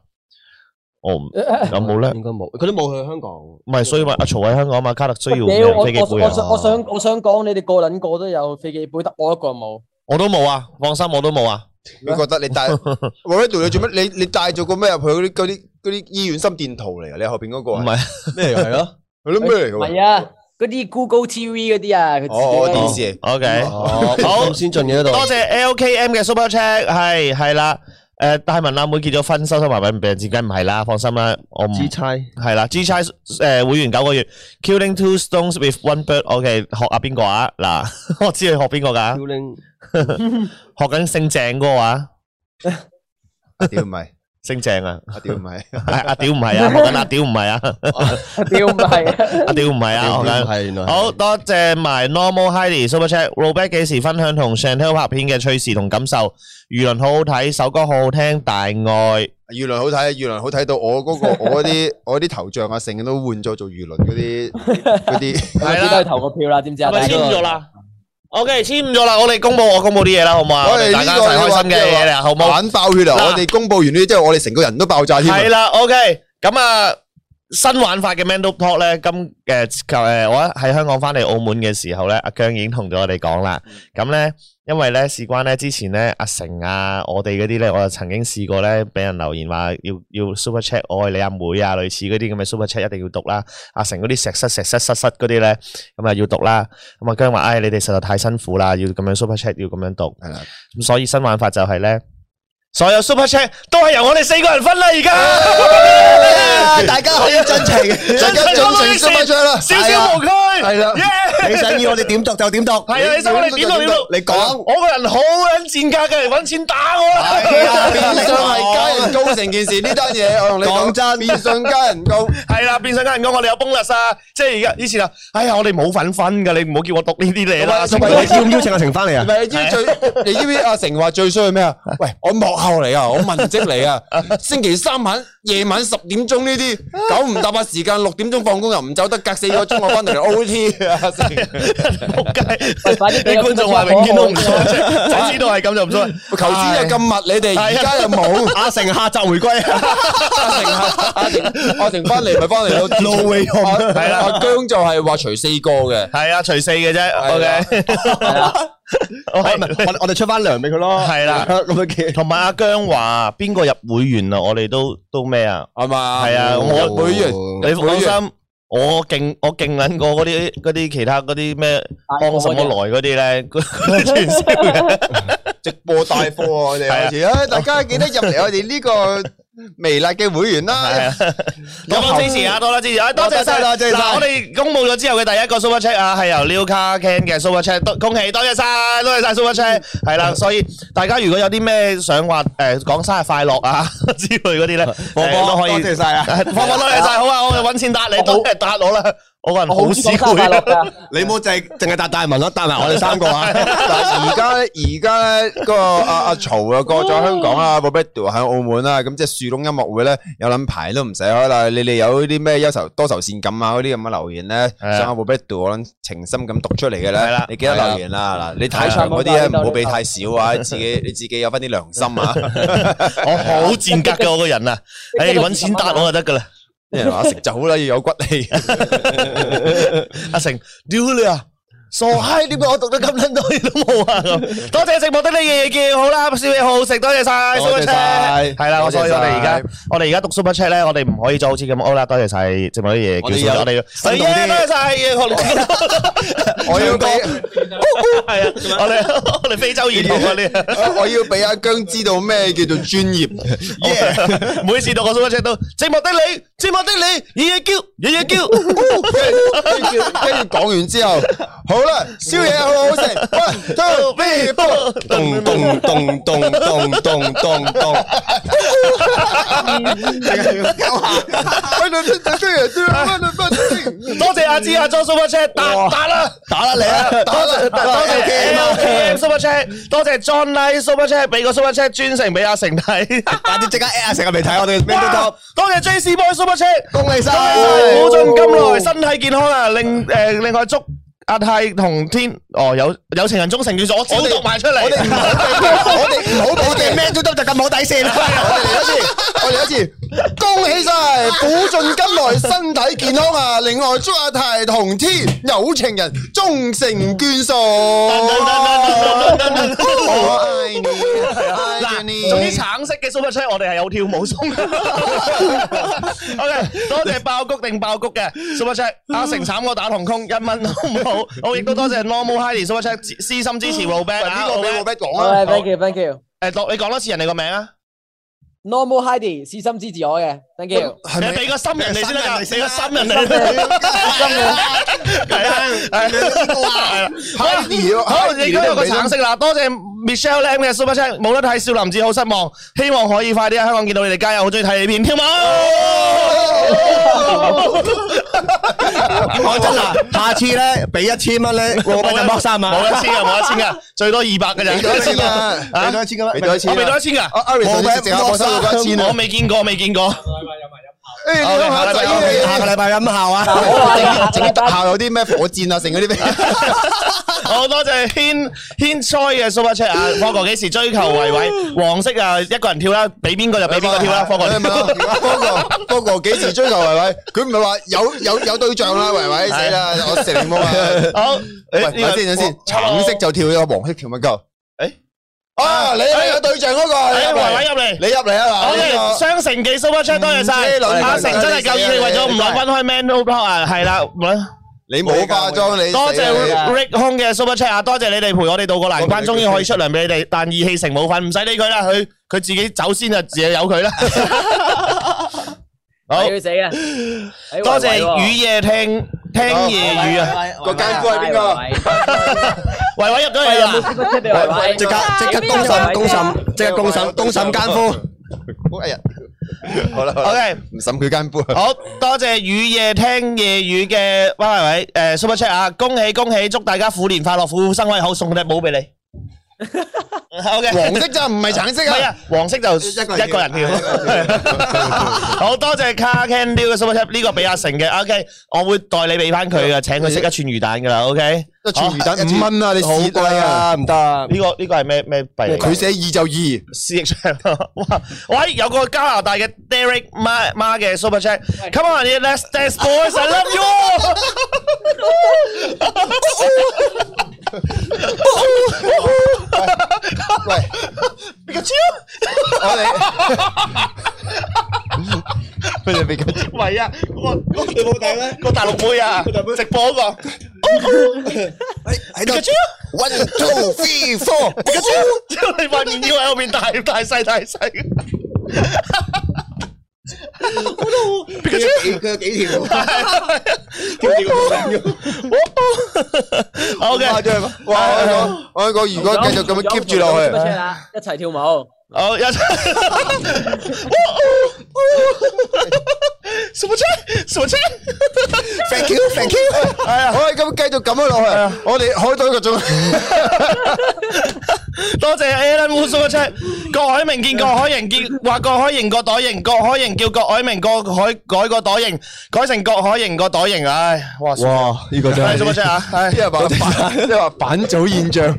Speaker 1: 我 唔有冇咧？
Speaker 6: 應該冇，佢都冇去香港。唔
Speaker 1: 唔係，所以話阿曹喺香港嘛，卡特需要咩
Speaker 2: 屌，我
Speaker 1: 飛機
Speaker 2: 我
Speaker 1: 杯
Speaker 2: 我
Speaker 1: 啊？
Speaker 2: 想我想我想講，你哋個撚個都有飛機杯，得我一個冇。
Speaker 1: 我都冇啊，放心，我都冇啊。
Speaker 5: 佢覺得你 帶 Roberto，你做乜？你你帶咗個咩入去？嗰啲嗰啲嗰啲醫院心電圖嚟啊！你後邊嗰個
Speaker 1: 唔係
Speaker 5: 咩嚟？係咯，係咯咩嚟㗎？
Speaker 2: 唔係啊，嗰啲 Google TV 嗰啲啊，佢自
Speaker 5: 哦，哦
Speaker 2: 己
Speaker 5: 電視。
Speaker 1: ，OK，
Speaker 3: 哦，
Speaker 1: 好
Speaker 3: 咁先進嘅呢度。
Speaker 1: 多謝 LKM 嘅 Super Chat，係係啦。诶，戴文阿妹結咗婚，收收埋埋唔俾人知，梗唔係啦，放心啦，我唔
Speaker 3: 支差，
Speaker 1: 系啦，G 差诶会员九個月，Killing two stones with one bird，OK、學下邊個啊？嗱， 我知你學邊個噶，
Speaker 3: 要拎
Speaker 1: 學緊姓鄭嗰個啊，
Speaker 5: 啊屌唔係，
Speaker 1: 姓鄭啊，
Speaker 5: 啊屌唔係，
Speaker 1: 阿阿屌唔係啊，學緊阿屌唔係啊，
Speaker 2: 屌唔係，
Speaker 1: 阿屌唔係啊，學緊。
Speaker 3: 係原來係
Speaker 1: 好多謝埋 Normal Heidi Super Chat Robert 幾時分享同 Chantel 拍片嘅趣事同感受？輿論好好睇，首歌好好聽，大愛。
Speaker 5: 輿論好睇，輿論好睇到我 嗰個我嗰啲我啲頭像啊，成日都換咗做輿論嗰 啲嗰 啲。
Speaker 1: 係啦
Speaker 2: 我都去投個票啦，知唔知啊？
Speaker 1: 係咪
Speaker 2: 大家
Speaker 1: 簽咗啦？OK，簽咗啦，我哋公佈我公佈啲嘢啦，好唔好啊？
Speaker 5: 我
Speaker 1: 我
Speaker 5: 哋
Speaker 1: 哋大
Speaker 5: 呢
Speaker 1: 家一
Speaker 5: 個
Speaker 1: 齊
Speaker 5: 你
Speaker 1: 開
Speaker 5: 話
Speaker 1: 心嘅嘢啦，好唔好？
Speaker 5: 眼爆血
Speaker 1: 嗱
Speaker 5: 啊！我哋公佈完呢啲之後，我哋成個人都爆炸添
Speaker 1: 系
Speaker 5: 啊。
Speaker 1: 啦，OK，咁 à, 啊，新玩法嘅 Mandal Talk à, 咧，今诶旧诶，我喺香港翻嚟澳門嘅時候咧，阿姜已經同咗我哋講啦。咁咧，因為咧事關咧之前咧阿成啊，我哋嗰啲咧，我就曾經試過咧俾人留言話要要 Super Chat 我愛你阿妹啊，類似嗰啲咁嘅 Super Chat à, 一定要讀啦。阿成嗰啲石室石室室室嗰啲咧，咁啊要讀啦。咁啊姜話：，唉，你哋實在太辛苦啦，要咁樣 Super Chat 要咁樣讀。
Speaker 5: 係啦，
Speaker 1: 咁所以新玩法就係咧，所有 Super Chat 都係由我哋四個人分啦，而家。
Speaker 5: 大家可以盡情，大家盡情 super chat 啦，
Speaker 1: 少少無區，
Speaker 5: 係啦
Speaker 1: 耶！
Speaker 3: 你想要我哋點讀就點讀。
Speaker 1: 係啊，你想我哋點到點到？
Speaker 5: 你講
Speaker 1: 我個人好撚賤格嘅，揾錢打我啦！
Speaker 3: à?
Speaker 5: 變相係加人工成件事呢單嘢，我同你講真，變相加人工。
Speaker 1: 係啦，變相加人工，我哋有 bonus 啊！即係而家以前啊，哎呀，我哋冇份分㗎，你唔好叫我讀呢啲嘢啦。
Speaker 5: 同埋
Speaker 3: 喂，你邀唔邀請阿成翻嚟
Speaker 5: 唔
Speaker 3: 啊？
Speaker 5: 係你知唔知最？你知唔知阿成話最衰係咩 啊？喂，我幕後嚟啊，我文職嚟啊。星期三晚夜晚十點鐘呢啲九唔搭八時間，六點鐘放工又唔走得，隔四個鐘我翻嚟 O T 啊。阿成
Speaker 1: 仆街，
Speaker 2: 快啲俾
Speaker 1: 啲
Speaker 2: 個
Speaker 1: 觀眾話
Speaker 2: Super Chat
Speaker 1: 永遠都唔錯，就知道係咁就唔錯。
Speaker 5: 頭先又咁密，你哋而家又冇。
Speaker 3: 阿成下集回歸啊！
Speaker 5: 阿 成阿成阿成翻嚟咪翻嚟咯。
Speaker 3: 路未用
Speaker 5: 係啦，阿姜就係話除四個嘅。
Speaker 1: 係啊，除四嘅啫
Speaker 5: 係啦
Speaker 1: ，OK。
Speaker 2: 係啦
Speaker 1: 我
Speaker 3: 我哋我哋我哋出翻糧俾佢咯。
Speaker 1: 係 啦
Speaker 3: 咁樣嘅。
Speaker 1: 同埋阿姜話邊個入會員啊？我哋都都咩啊？
Speaker 5: 係嘛？
Speaker 1: 係啊我
Speaker 5: 會員
Speaker 1: 你
Speaker 5: 會
Speaker 1: 放
Speaker 5: 員
Speaker 1: 心，我勁我勁撚過嗰啲嗰啲其他嗰啲咩
Speaker 2: 大
Speaker 1: 幫
Speaker 2: 個
Speaker 1: 什
Speaker 2: 嗰
Speaker 1: 麼
Speaker 2: 啲
Speaker 1: 來嗰啲 咧，嗰啲傳銷嘅，
Speaker 5: 直播帶貨啊！我哋開始，唉，大家記得入嚟我哋呢個微辣嘅會員啦。
Speaker 1: 多多支持啊，多多支持啊，多謝晒，
Speaker 3: 多謝晒
Speaker 1: 嗱，我哋公佈咗之後嘅第一個 Super Chat 啊，係由 Liu Car Ken 嘅 Super Chat，多恭喜，多謝晒，多謝晒 Super Chat，係啦，所以大家如果有啲咩想話誒講生日快樂啊 之類嗰啲咧，誒都可以
Speaker 3: 多謝晒啊！
Speaker 1: 啊，方方多謝晒，好啊，我哋揾錢答你，
Speaker 2: 我好
Speaker 1: 多謝答我啦，我個人
Speaker 2: 我好
Speaker 1: 好
Speaker 2: 知
Speaker 1: 屎
Speaker 2: 講生日快
Speaker 1: 攰
Speaker 2: 樂
Speaker 1: 啊。
Speaker 2: 㗎，
Speaker 3: 你冇淨 淨係搭大文咯，搭埋我哋三個啊！
Speaker 5: 但係而家咧，而家咧，嗰個阿阿曹又過咗香港
Speaker 3: 哦
Speaker 5: 啦 b o b b d o 喺澳門啦，咁即係樹窿音樂會咧，有撚排都唔使開啦。你哋有啲咩憂愁多愁善感啊嗰啲咁嘅留言咧，
Speaker 1: 係啊
Speaker 5: 上阿 b o b b d o 我撚情深咁讀出嚟嘅
Speaker 1: 係
Speaker 5: 咧
Speaker 3: 啊
Speaker 1: 啦，
Speaker 5: 你記得留言啦。嗱，你太長嗰啲咧，唔好俾太少 啊，自己你自己有翻啲良心啊。
Speaker 1: 我好賤格嘅我個人啊，誒揾錢搭我就得噶啦。
Speaker 5: 啲人話食就好啦，要有骨氣。
Speaker 1: 阿成，屌你啊！傻閪，點解我讀得咁撚多嘢都冇啊？咁多謝直播的你夜夜叫好啦，宵夜好好食，多謝晒 super
Speaker 5: 多
Speaker 1: chat，
Speaker 5: 謝晒
Speaker 1: 係啦，我所以我哋而家我哋而家讀 super chat 咧，我哋唔可以再好似咁好啦，多謝晒直播的夜夜叫
Speaker 3: 我哋有
Speaker 1: Super Chat，我哋要係啊，
Speaker 3: 生動啲
Speaker 1: 多謝晒夜學
Speaker 5: 我要俾。
Speaker 1: 係啊，我哋我哋非洲兒童嗰啲，
Speaker 5: 我要俾阿姜知道咩叫做專業。
Speaker 1: 每次讀個 super chat 都寂寞的你，寂寞的你，夜夜叫，夜夜叫。
Speaker 5: 跟住跟住講完之後，好好啦，宵夜好好食，one two three four，
Speaker 3: 咚咚咚咚咚咚咚咚，
Speaker 5: 喂你你你你你你你
Speaker 1: 多謝阿芝阿 John Super Chat 打打啦，
Speaker 3: 打啦你啊！
Speaker 1: 多謝多謝 L K M Super Chat，多謝 John Lee Super Chat 俾個 Super Chat 專程俾阿成睇，
Speaker 3: 快啲即刻 at 阿成入嚟睇我哋 Man Top，
Speaker 1: 多謝 J C Boy Super Dạ, Chat。
Speaker 3: 恭喜晒！
Speaker 1: 苦盡甘來，身體健康啊！另诶，另外祝阿泰同天哦有有情人終成眷屬，我照讀埋出嚟。
Speaker 3: 我哋唔好俾我哋唔好俾我哋 Man Top 就咁冇底線。
Speaker 5: 我哋嚟一次，我嚟一次，恭喜晒，苦盡甘來，身體健康啊！另外祝阿泰同天有情人終成眷屬。我愛你，愛你
Speaker 1: 嗱，總之橙色嘅 super chat 我哋係有跳舞送。OK，多謝爆谷定爆谷嘅 super à, chat，阿成慘我打同空一蚊都冇。我亦都多謝 normal Heidi super chat 私心支持 Robert
Speaker 5: 呢
Speaker 1: 啊
Speaker 5: 個俾我俾講
Speaker 2: 好
Speaker 5: 啊！
Speaker 2: 啦，thank you，thank you。
Speaker 1: 誒，讀你講多次人哋個名啊！
Speaker 2: Normal Heidi，私心支持我嘅，thank you。
Speaker 1: 你俾個心人哋先得㗎，俾個心人哋。係啊，係啊。
Speaker 5: Heidi 啊
Speaker 1: 好，你都有個
Speaker 5: 俾心
Speaker 1: 橙色啦，多謝 Michelle Lam 嘅 Super Chat，冇得睇少林寺好失望，希望可以快啲喺香港見到你哋加油，好中意睇你片，跳舞。
Speaker 3: 講真啦，下次咧俾一千蚊咧，我就剝衫啊！
Speaker 1: 冇一千嘅，冇一千嘅，最多二百嘅咋。
Speaker 5: 俾多一千
Speaker 3: à.
Speaker 5: 啊！俾多一千咁啦，俾多一千
Speaker 1: 我
Speaker 5: 啊。
Speaker 1: 俾多一千㗎，
Speaker 5: 阿 Ari 上次直播收到一千啊！
Speaker 1: 我未見過，未見過。
Speaker 5: 誒，你諗下仔
Speaker 3: 下個禮拜飲校啊！
Speaker 2: 我話你下個
Speaker 5: 整啲
Speaker 2: 禮
Speaker 5: 特
Speaker 2: 拜
Speaker 5: 效有啲咩火箭啊，成嗰啲咩？
Speaker 1: 好多謝軒軒蔡嘅 à, Super Chat 啊，科哥幾時追求維維黃色啊？一個人跳啦，俾邊個就俾邊個跳啦，科哥。
Speaker 5: Ờ, 哥哥哥哥幾時追求維維？佢唔係話有有有對象 啦，維維死啦，我成冇 啊！
Speaker 1: 好，
Speaker 5: 喂，
Speaker 1: 誒呢個
Speaker 5: 等先等先，橙色就跳咗，黃色跳乜鳩？
Speaker 1: 誒
Speaker 5: 啊，你係有對象嗰個，你
Speaker 1: 誒
Speaker 5: 入
Speaker 1: 維
Speaker 5: 嚟，
Speaker 1: 維入嚟。
Speaker 5: 你入嚟啊
Speaker 1: 好
Speaker 5: 嗱，呢
Speaker 1: 嘅，
Speaker 5: 個
Speaker 1: 雙城記 Super Chat 多謝
Speaker 5: 唔
Speaker 1: 晒
Speaker 5: 知，女
Speaker 1: 阿成真係夠義氣，為咗唔攞分開 Man No Block 啊，係啦，
Speaker 5: 你冇化妝，你
Speaker 1: 多
Speaker 5: 死
Speaker 1: 謝
Speaker 5: 啦你
Speaker 1: Rick 空嘅 Super Chat À, 啊，多謝你哋陪我哋渡過難關，終於可以出糧俾你哋，但義氣成冇份，唔使理佢啦，佢佢自己走先就自己由佢啦。好
Speaker 2: 係要死嘅。哎
Speaker 1: 多
Speaker 2: 維維
Speaker 1: 謝
Speaker 2: 喎
Speaker 1: 雨夜聽聽夜雨啊，
Speaker 5: 個奸夫係邊個？
Speaker 1: 維維入咗
Speaker 2: 喂，
Speaker 1: 嚟
Speaker 2: 有
Speaker 1: 啦
Speaker 2: 冇。識出俾維維？
Speaker 3: 即刻即刻公審公審，即刻公審公審奸夫。
Speaker 5: 好哎呀，好啦好啦，
Speaker 1: OK，
Speaker 5: 唔審佢奸夫啊！
Speaker 1: 好多謝雨夜聽夜雨嘅喂喂喂，誒 Super Chat 啊，恭喜恭喜，祝大家虎年快樂，虎生威好，送 隻帽俾你。OK，
Speaker 5: 黃色咋，唔係橙色
Speaker 1: 係
Speaker 5: 啊！
Speaker 1: 啊，黃色就一個人跳。 好多謝 Car Can Do 嘅 Super Chat，呢個俾阿成嘅。OK，我會代你俾翻佢嘅，請佢食一串魚蛋噶啦。OK，
Speaker 5: 一串魚蛋五蚊啊，你
Speaker 3: 好貴
Speaker 5: 試貴啊！
Speaker 3: 啊，唔得啊！
Speaker 1: 呢個呢個係咩咩幣嚟㗎？
Speaker 5: 佢寫二就二，
Speaker 1: 思憶上 哇！喂，有個加拿大嘅 Derek Ma Ma 嘅 Super Chat，Come on, let's dance, boys, I love you。
Speaker 5: 我哋佢哋俾緊
Speaker 1: 唔係啊，我 我你冇睇咩？個大陸妹啊，直播嗰個。
Speaker 3: 喺度 one two three four，
Speaker 1: 屌你塊面要喺後面大大細大細。
Speaker 6: 佢有幾條？
Speaker 1: O K，
Speaker 5: 誇張啊！哇！我講我講，如果繼續咁樣 keep 住落去，
Speaker 2: 去，一齊跳舞。
Speaker 1: 好 一。哦 什麼車？什麼車？
Speaker 5: thank you，thank you。係啊，可以咁繼續咁樣落去，我哋開到一個鐘。
Speaker 1: 多謝 Alan Wu Super Chat。郭海明見郭海瑩見話郭海瑩個袋型，郭海瑩叫郭海明個海改個袋型，改成郭海瑩個袋型。唉，哇！
Speaker 3: 哇！呢個真
Speaker 1: 係 Super
Speaker 3: 係
Speaker 1: Chat 啊！唉
Speaker 5: 啲人話反，啲人話反祖現象，
Speaker 1: 唔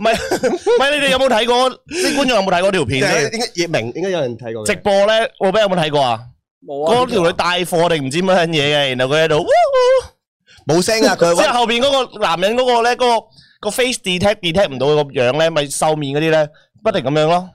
Speaker 1: 係唔係，你哋有冇睇過？啲觀眾有冇睇過條片咧？
Speaker 3: 應該葉明應該有人睇過嘅
Speaker 1: 直播咧，我俾有冇睇過啊？
Speaker 2: 冇啊！
Speaker 1: 嗰條女帶貨定唔知乜嘢嘅，然後佢喺度，
Speaker 3: 冇聲啊！ 佢
Speaker 1: 即係後邊嗰個男人嗰個咧，嗰個個 face detect detect 唔到個樣咧，咪瘦面嗰啲咧，不停咁樣咯。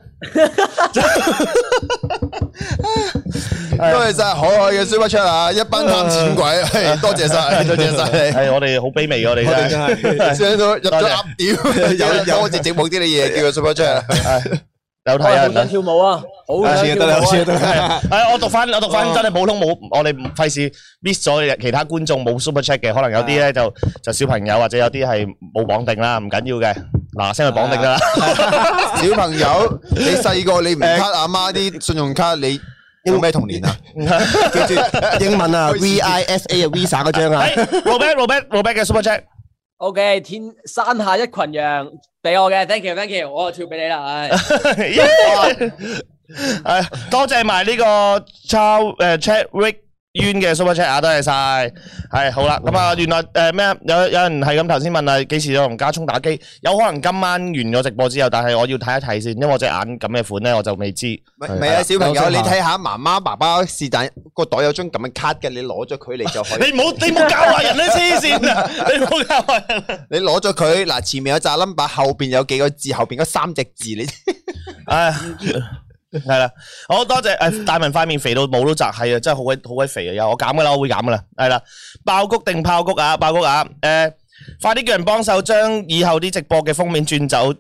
Speaker 5: 多謝晒海海嘅 super chat 啊！一班貪錢鬼，係啊多謝晒，多謝晒你。
Speaker 1: 係我哋好卑微，我哋真係。
Speaker 5: 啊上到入咗鴨屌，有有我哋節目啲嘅嘢叫佢 super chat。
Speaker 1: 有睇有
Speaker 2: 好
Speaker 1: 人
Speaker 2: 想
Speaker 1: 睇。
Speaker 2: 跳舞啊，好
Speaker 6: 有
Speaker 2: 想
Speaker 6: 次
Speaker 2: 跳
Speaker 6: 就得啦，有次就
Speaker 2: 舞
Speaker 6: 得
Speaker 2: 啊！
Speaker 6: 啦。
Speaker 1: 诶，我讀翻，我讀翻
Speaker 6: 哦
Speaker 1: 真係普通冇，我哋唔費事 miss 咗其他觀眾冇 super check 嘅，可能有啲咧就就小朋友或者有啲係冇綁定啦，唔緊要嘅，嗱先去綁定㗎啦。
Speaker 5: 小朋友，你細個你唔卡阿媽啲信用卡，你有咩童年 啊？
Speaker 3: 記住英文啊
Speaker 5: 開始
Speaker 3: ，V I S A 啊，Visa 嗰張啊
Speaker 1: 诶，，Robert Robert Robert 嘅 super check，
Speaker 2: OK，天山下一群羊俾我嘅，thank you，thank you，我就跳俾你啦，唉，
Speaker 1: 诶，多謝埋呢個 Charles 诶 Chadwick Yun 嘅 super check 啊，多謝晒。係好啦，咁啊，原來诶咩啊有有人係咁頭先問啊，幾時有同家聰打機？有可能今晚完咗直播之後，但係我要睇一睇先，因為我隻眼咁嘅款咧，我就未知。
Speaker 5: 唔
Speaker 3: 係
Speaker 5: 係啊，小朋
Speaker 3: 有
Speaker 5: 友，
Speaker 3: 信
Speaker 5: 你
Speaker 3: 號
Speaker 5: 睇下媽媽爸爸是但個袋有張咁嘅卡嘅，你攞咗佢你就 可以，
Speaker 1: 你唔好你唔好教壞人啦，黐線啊！ 你唔好教壞人啊。
Speaker 5: 你攞咗佢嗱，前面有扎 number，後邊有幾個字，後邊嗰三隻字你。
Speaker 1: 唉，系啦，好多謝诶，大文塊面肥到冇都窄，係啊，真係好鬼好鬼肥啊！有我減噶啦，我會減噶啦，係啦，爆谷定爆谷啊，爆谷啊，诶、快啲叫人幫手將以後啲直播嘅封面轉走，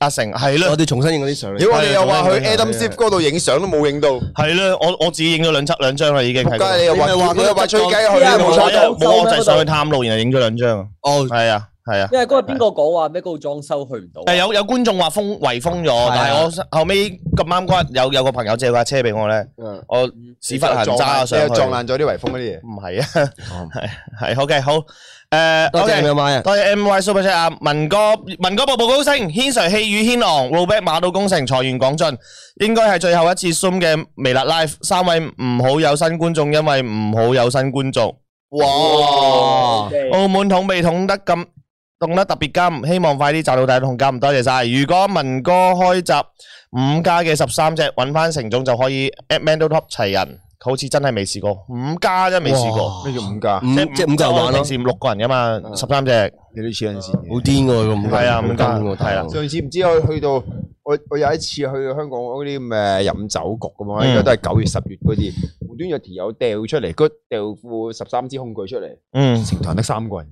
Speaker 1: 阿成係啦
Speaker 3: 我。哋重新影嗰啲相。
Speaker 5: 屌我哋又話去
Speaker 1: 係啊
Speaker 5: Adam Sip 嗰度影相都冇影到，
Speaker 1: 係啦，我我自己影咗兩輯兩張啦，已經係嗰
Speaker 5: 仆街
Speaker 1: 度。
Speaker 5: 你又話
Speaker 3: 你咪話嗰個
Speaker 5: 你又話吹雞去
Speaker 2: 啊
Speaker 5: 你冇
Speaker 2: 冇
Speaker 5: 彩
Speaker 2: 錯到。
Speaker 5: 到
Speaker 1: 冇，我就係上去探路，然後影咗兩張。
Speaker 3: 哦，
Speaker 1: 係啊，係啊。
Speaker 2: 因為嗰日邊個講話咩嗰度裝修去唔到啊，
Speaker 1: 诶，有有观众话封圍封咗，但係我後尾咁啱嗰日有有个朋友借架車俾我咧，
Speaker 3: 嗯
Speaker 1: 我屎忽痕揸咗
Speaker 5: 你
Speaker 1: 上
Speaker 5: 又撞
Speaker 1: 去，
Speaker 5: 爛咗啲圍風嗰啲嘢。
Speaker 1: 唔係啊， 係係 OK 好诶
Speaker 3: 多謝
Speaker 1: ，OK
Speaker 3: 你。媽啊！
Speaker 1: 多謝 M Y Super Chat 啊，文哥文哥步步高升，軒 Sir 氣宇軒昂，Robert 馬到功成，財源廣進，應該係最後一次 Zoom 嘅微辣 Live，三位唔好有新觀眾，因為唔好有新觀眾。
Speaker 5: 哇！
Speaker 2: OK
Speaker 1: 澳門桶被桶得咁凍得特別金，希望快啲賺到大桶金，唔多謝晒。如果文哥開集五加嘅十三隻，揾翻成總就可以 at man to top 齊人，好似真係未試過，五加真係未試過，
Speaker 5: 咩叫五架？
Speaker 3: 五即係五嚿玩咯，
Speaker 1: 平時六個人噶嘛，十三隻
Speaker 5: 你都黐緊線嘅
Speaker 3: 好癲喎咁。
Speaker 1: 係啊五加
Speaker 3: 係
Speaker 1: 係啊
Speaker 5: 上次唔知我去到我我有一次去香港嗰啲咁嘅飲酒局咁嘛，
Speaker 1: 嗯
Speaker 5: 應該都係九月十月嗰啲，無端有條友掉出嚟，佢掉副十三支恐懼出嚟，
Speaker 1: 嗯。
Speaker 5: 成堂得三 個人，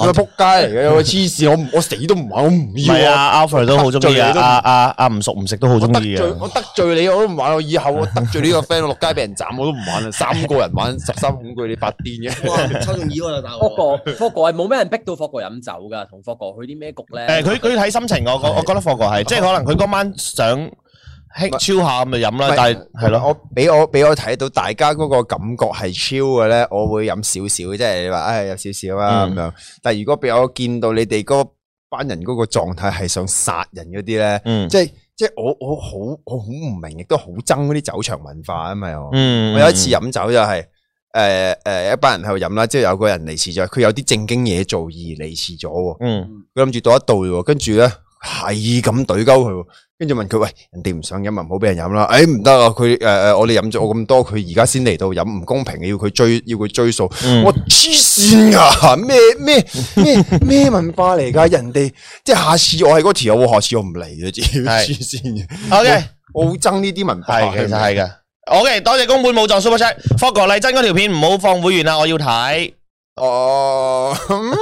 Speaker 5: 我仆街嚟 嘅，我黐線，我唔我死都唔玩，我唔
Speaker 1: 唔係
Speaker 5: 要啊！
Speaker 1: 啊，Alfred 都好中意啊，阿阿阿唔熟唔食都好
Speaker 5: 我
Speaker 1: 中
Speaker 5: 得
Speaker 1: 意
Speaker 5: 罪
Speaker 1: 啊。
Speaker 5: 我得罪你我都唔玩，我以後我得罪呢個 friend，我落街俾人斬我都唔玩啦，三個人玩十三恐懼你白癲嘅。
Speaker 3: 哇，抽中意我啦，大
Speaker 2: 霍哥，霍哥係冇咩人逼到霍哥飲酒㗎，同霍哥去啲咩局
Speaker 1: 誒，
Speaker 2: 咧？
Speaker 1: 佢佢睇心情，我我我覺得霍哥係，即係可能佢嗰晚想輕超下咁就飲啦
Speaker 5: 唔係，
Speaker 1: 但係係咯，
Speaker 5: 我俾我俾我睇到大家嗰個感覺係 chill 嘅咧，我會飲少少，即係你話唉有少少啦咁
Speaker 1: 嗯
Speaker 5: 樣。但係如果俾我見到你哋嗰班人嗰個狀態係想殺人嗰啲咧，
Speaker 1: 嗯
Speaker 5: 即係即係我我好我好唔明，亦都好憎嗰啲酒場文化啊嘛。我
Speaker 1: 嗯，
Speaker 5: 我有一次飲酒就係誒誒一班人喺度飲啦，之後有個人離遲咗，佢有啲正經嘢做而離遲咗喎。
Speaker 1: 嗯，
Speaker 5: 佢諗住到一度喎，跟住咧係咁懟鳩佢喎，跟住問佢喂，人哋唔想飲咪唔好俾人飲啦，誒唔得啊，佢誒誒我哋飲咗我咁多，佢而家先嚟到飲，唔公平嘅，要佢追要佢追數，
Speaker 1: 嗯
Speaker 5: 我黐線噶，咩咩咩咩文化嚟㗎？人哋即係下次我係嗰條友，我下次我唔嚟嘅，
Speaker 1: 係
Speaker 5: 黐線嘅，
Speaker 1: OK。
Speaker 5: 我好憎呢啲文化，
Speaker 1: 係，其實係嘅。OK，多謝公本武藏 Super Chat。霍哥麗珍嗰條片唔好放會員啦，我要睇。
Speaker 5: 哦，唔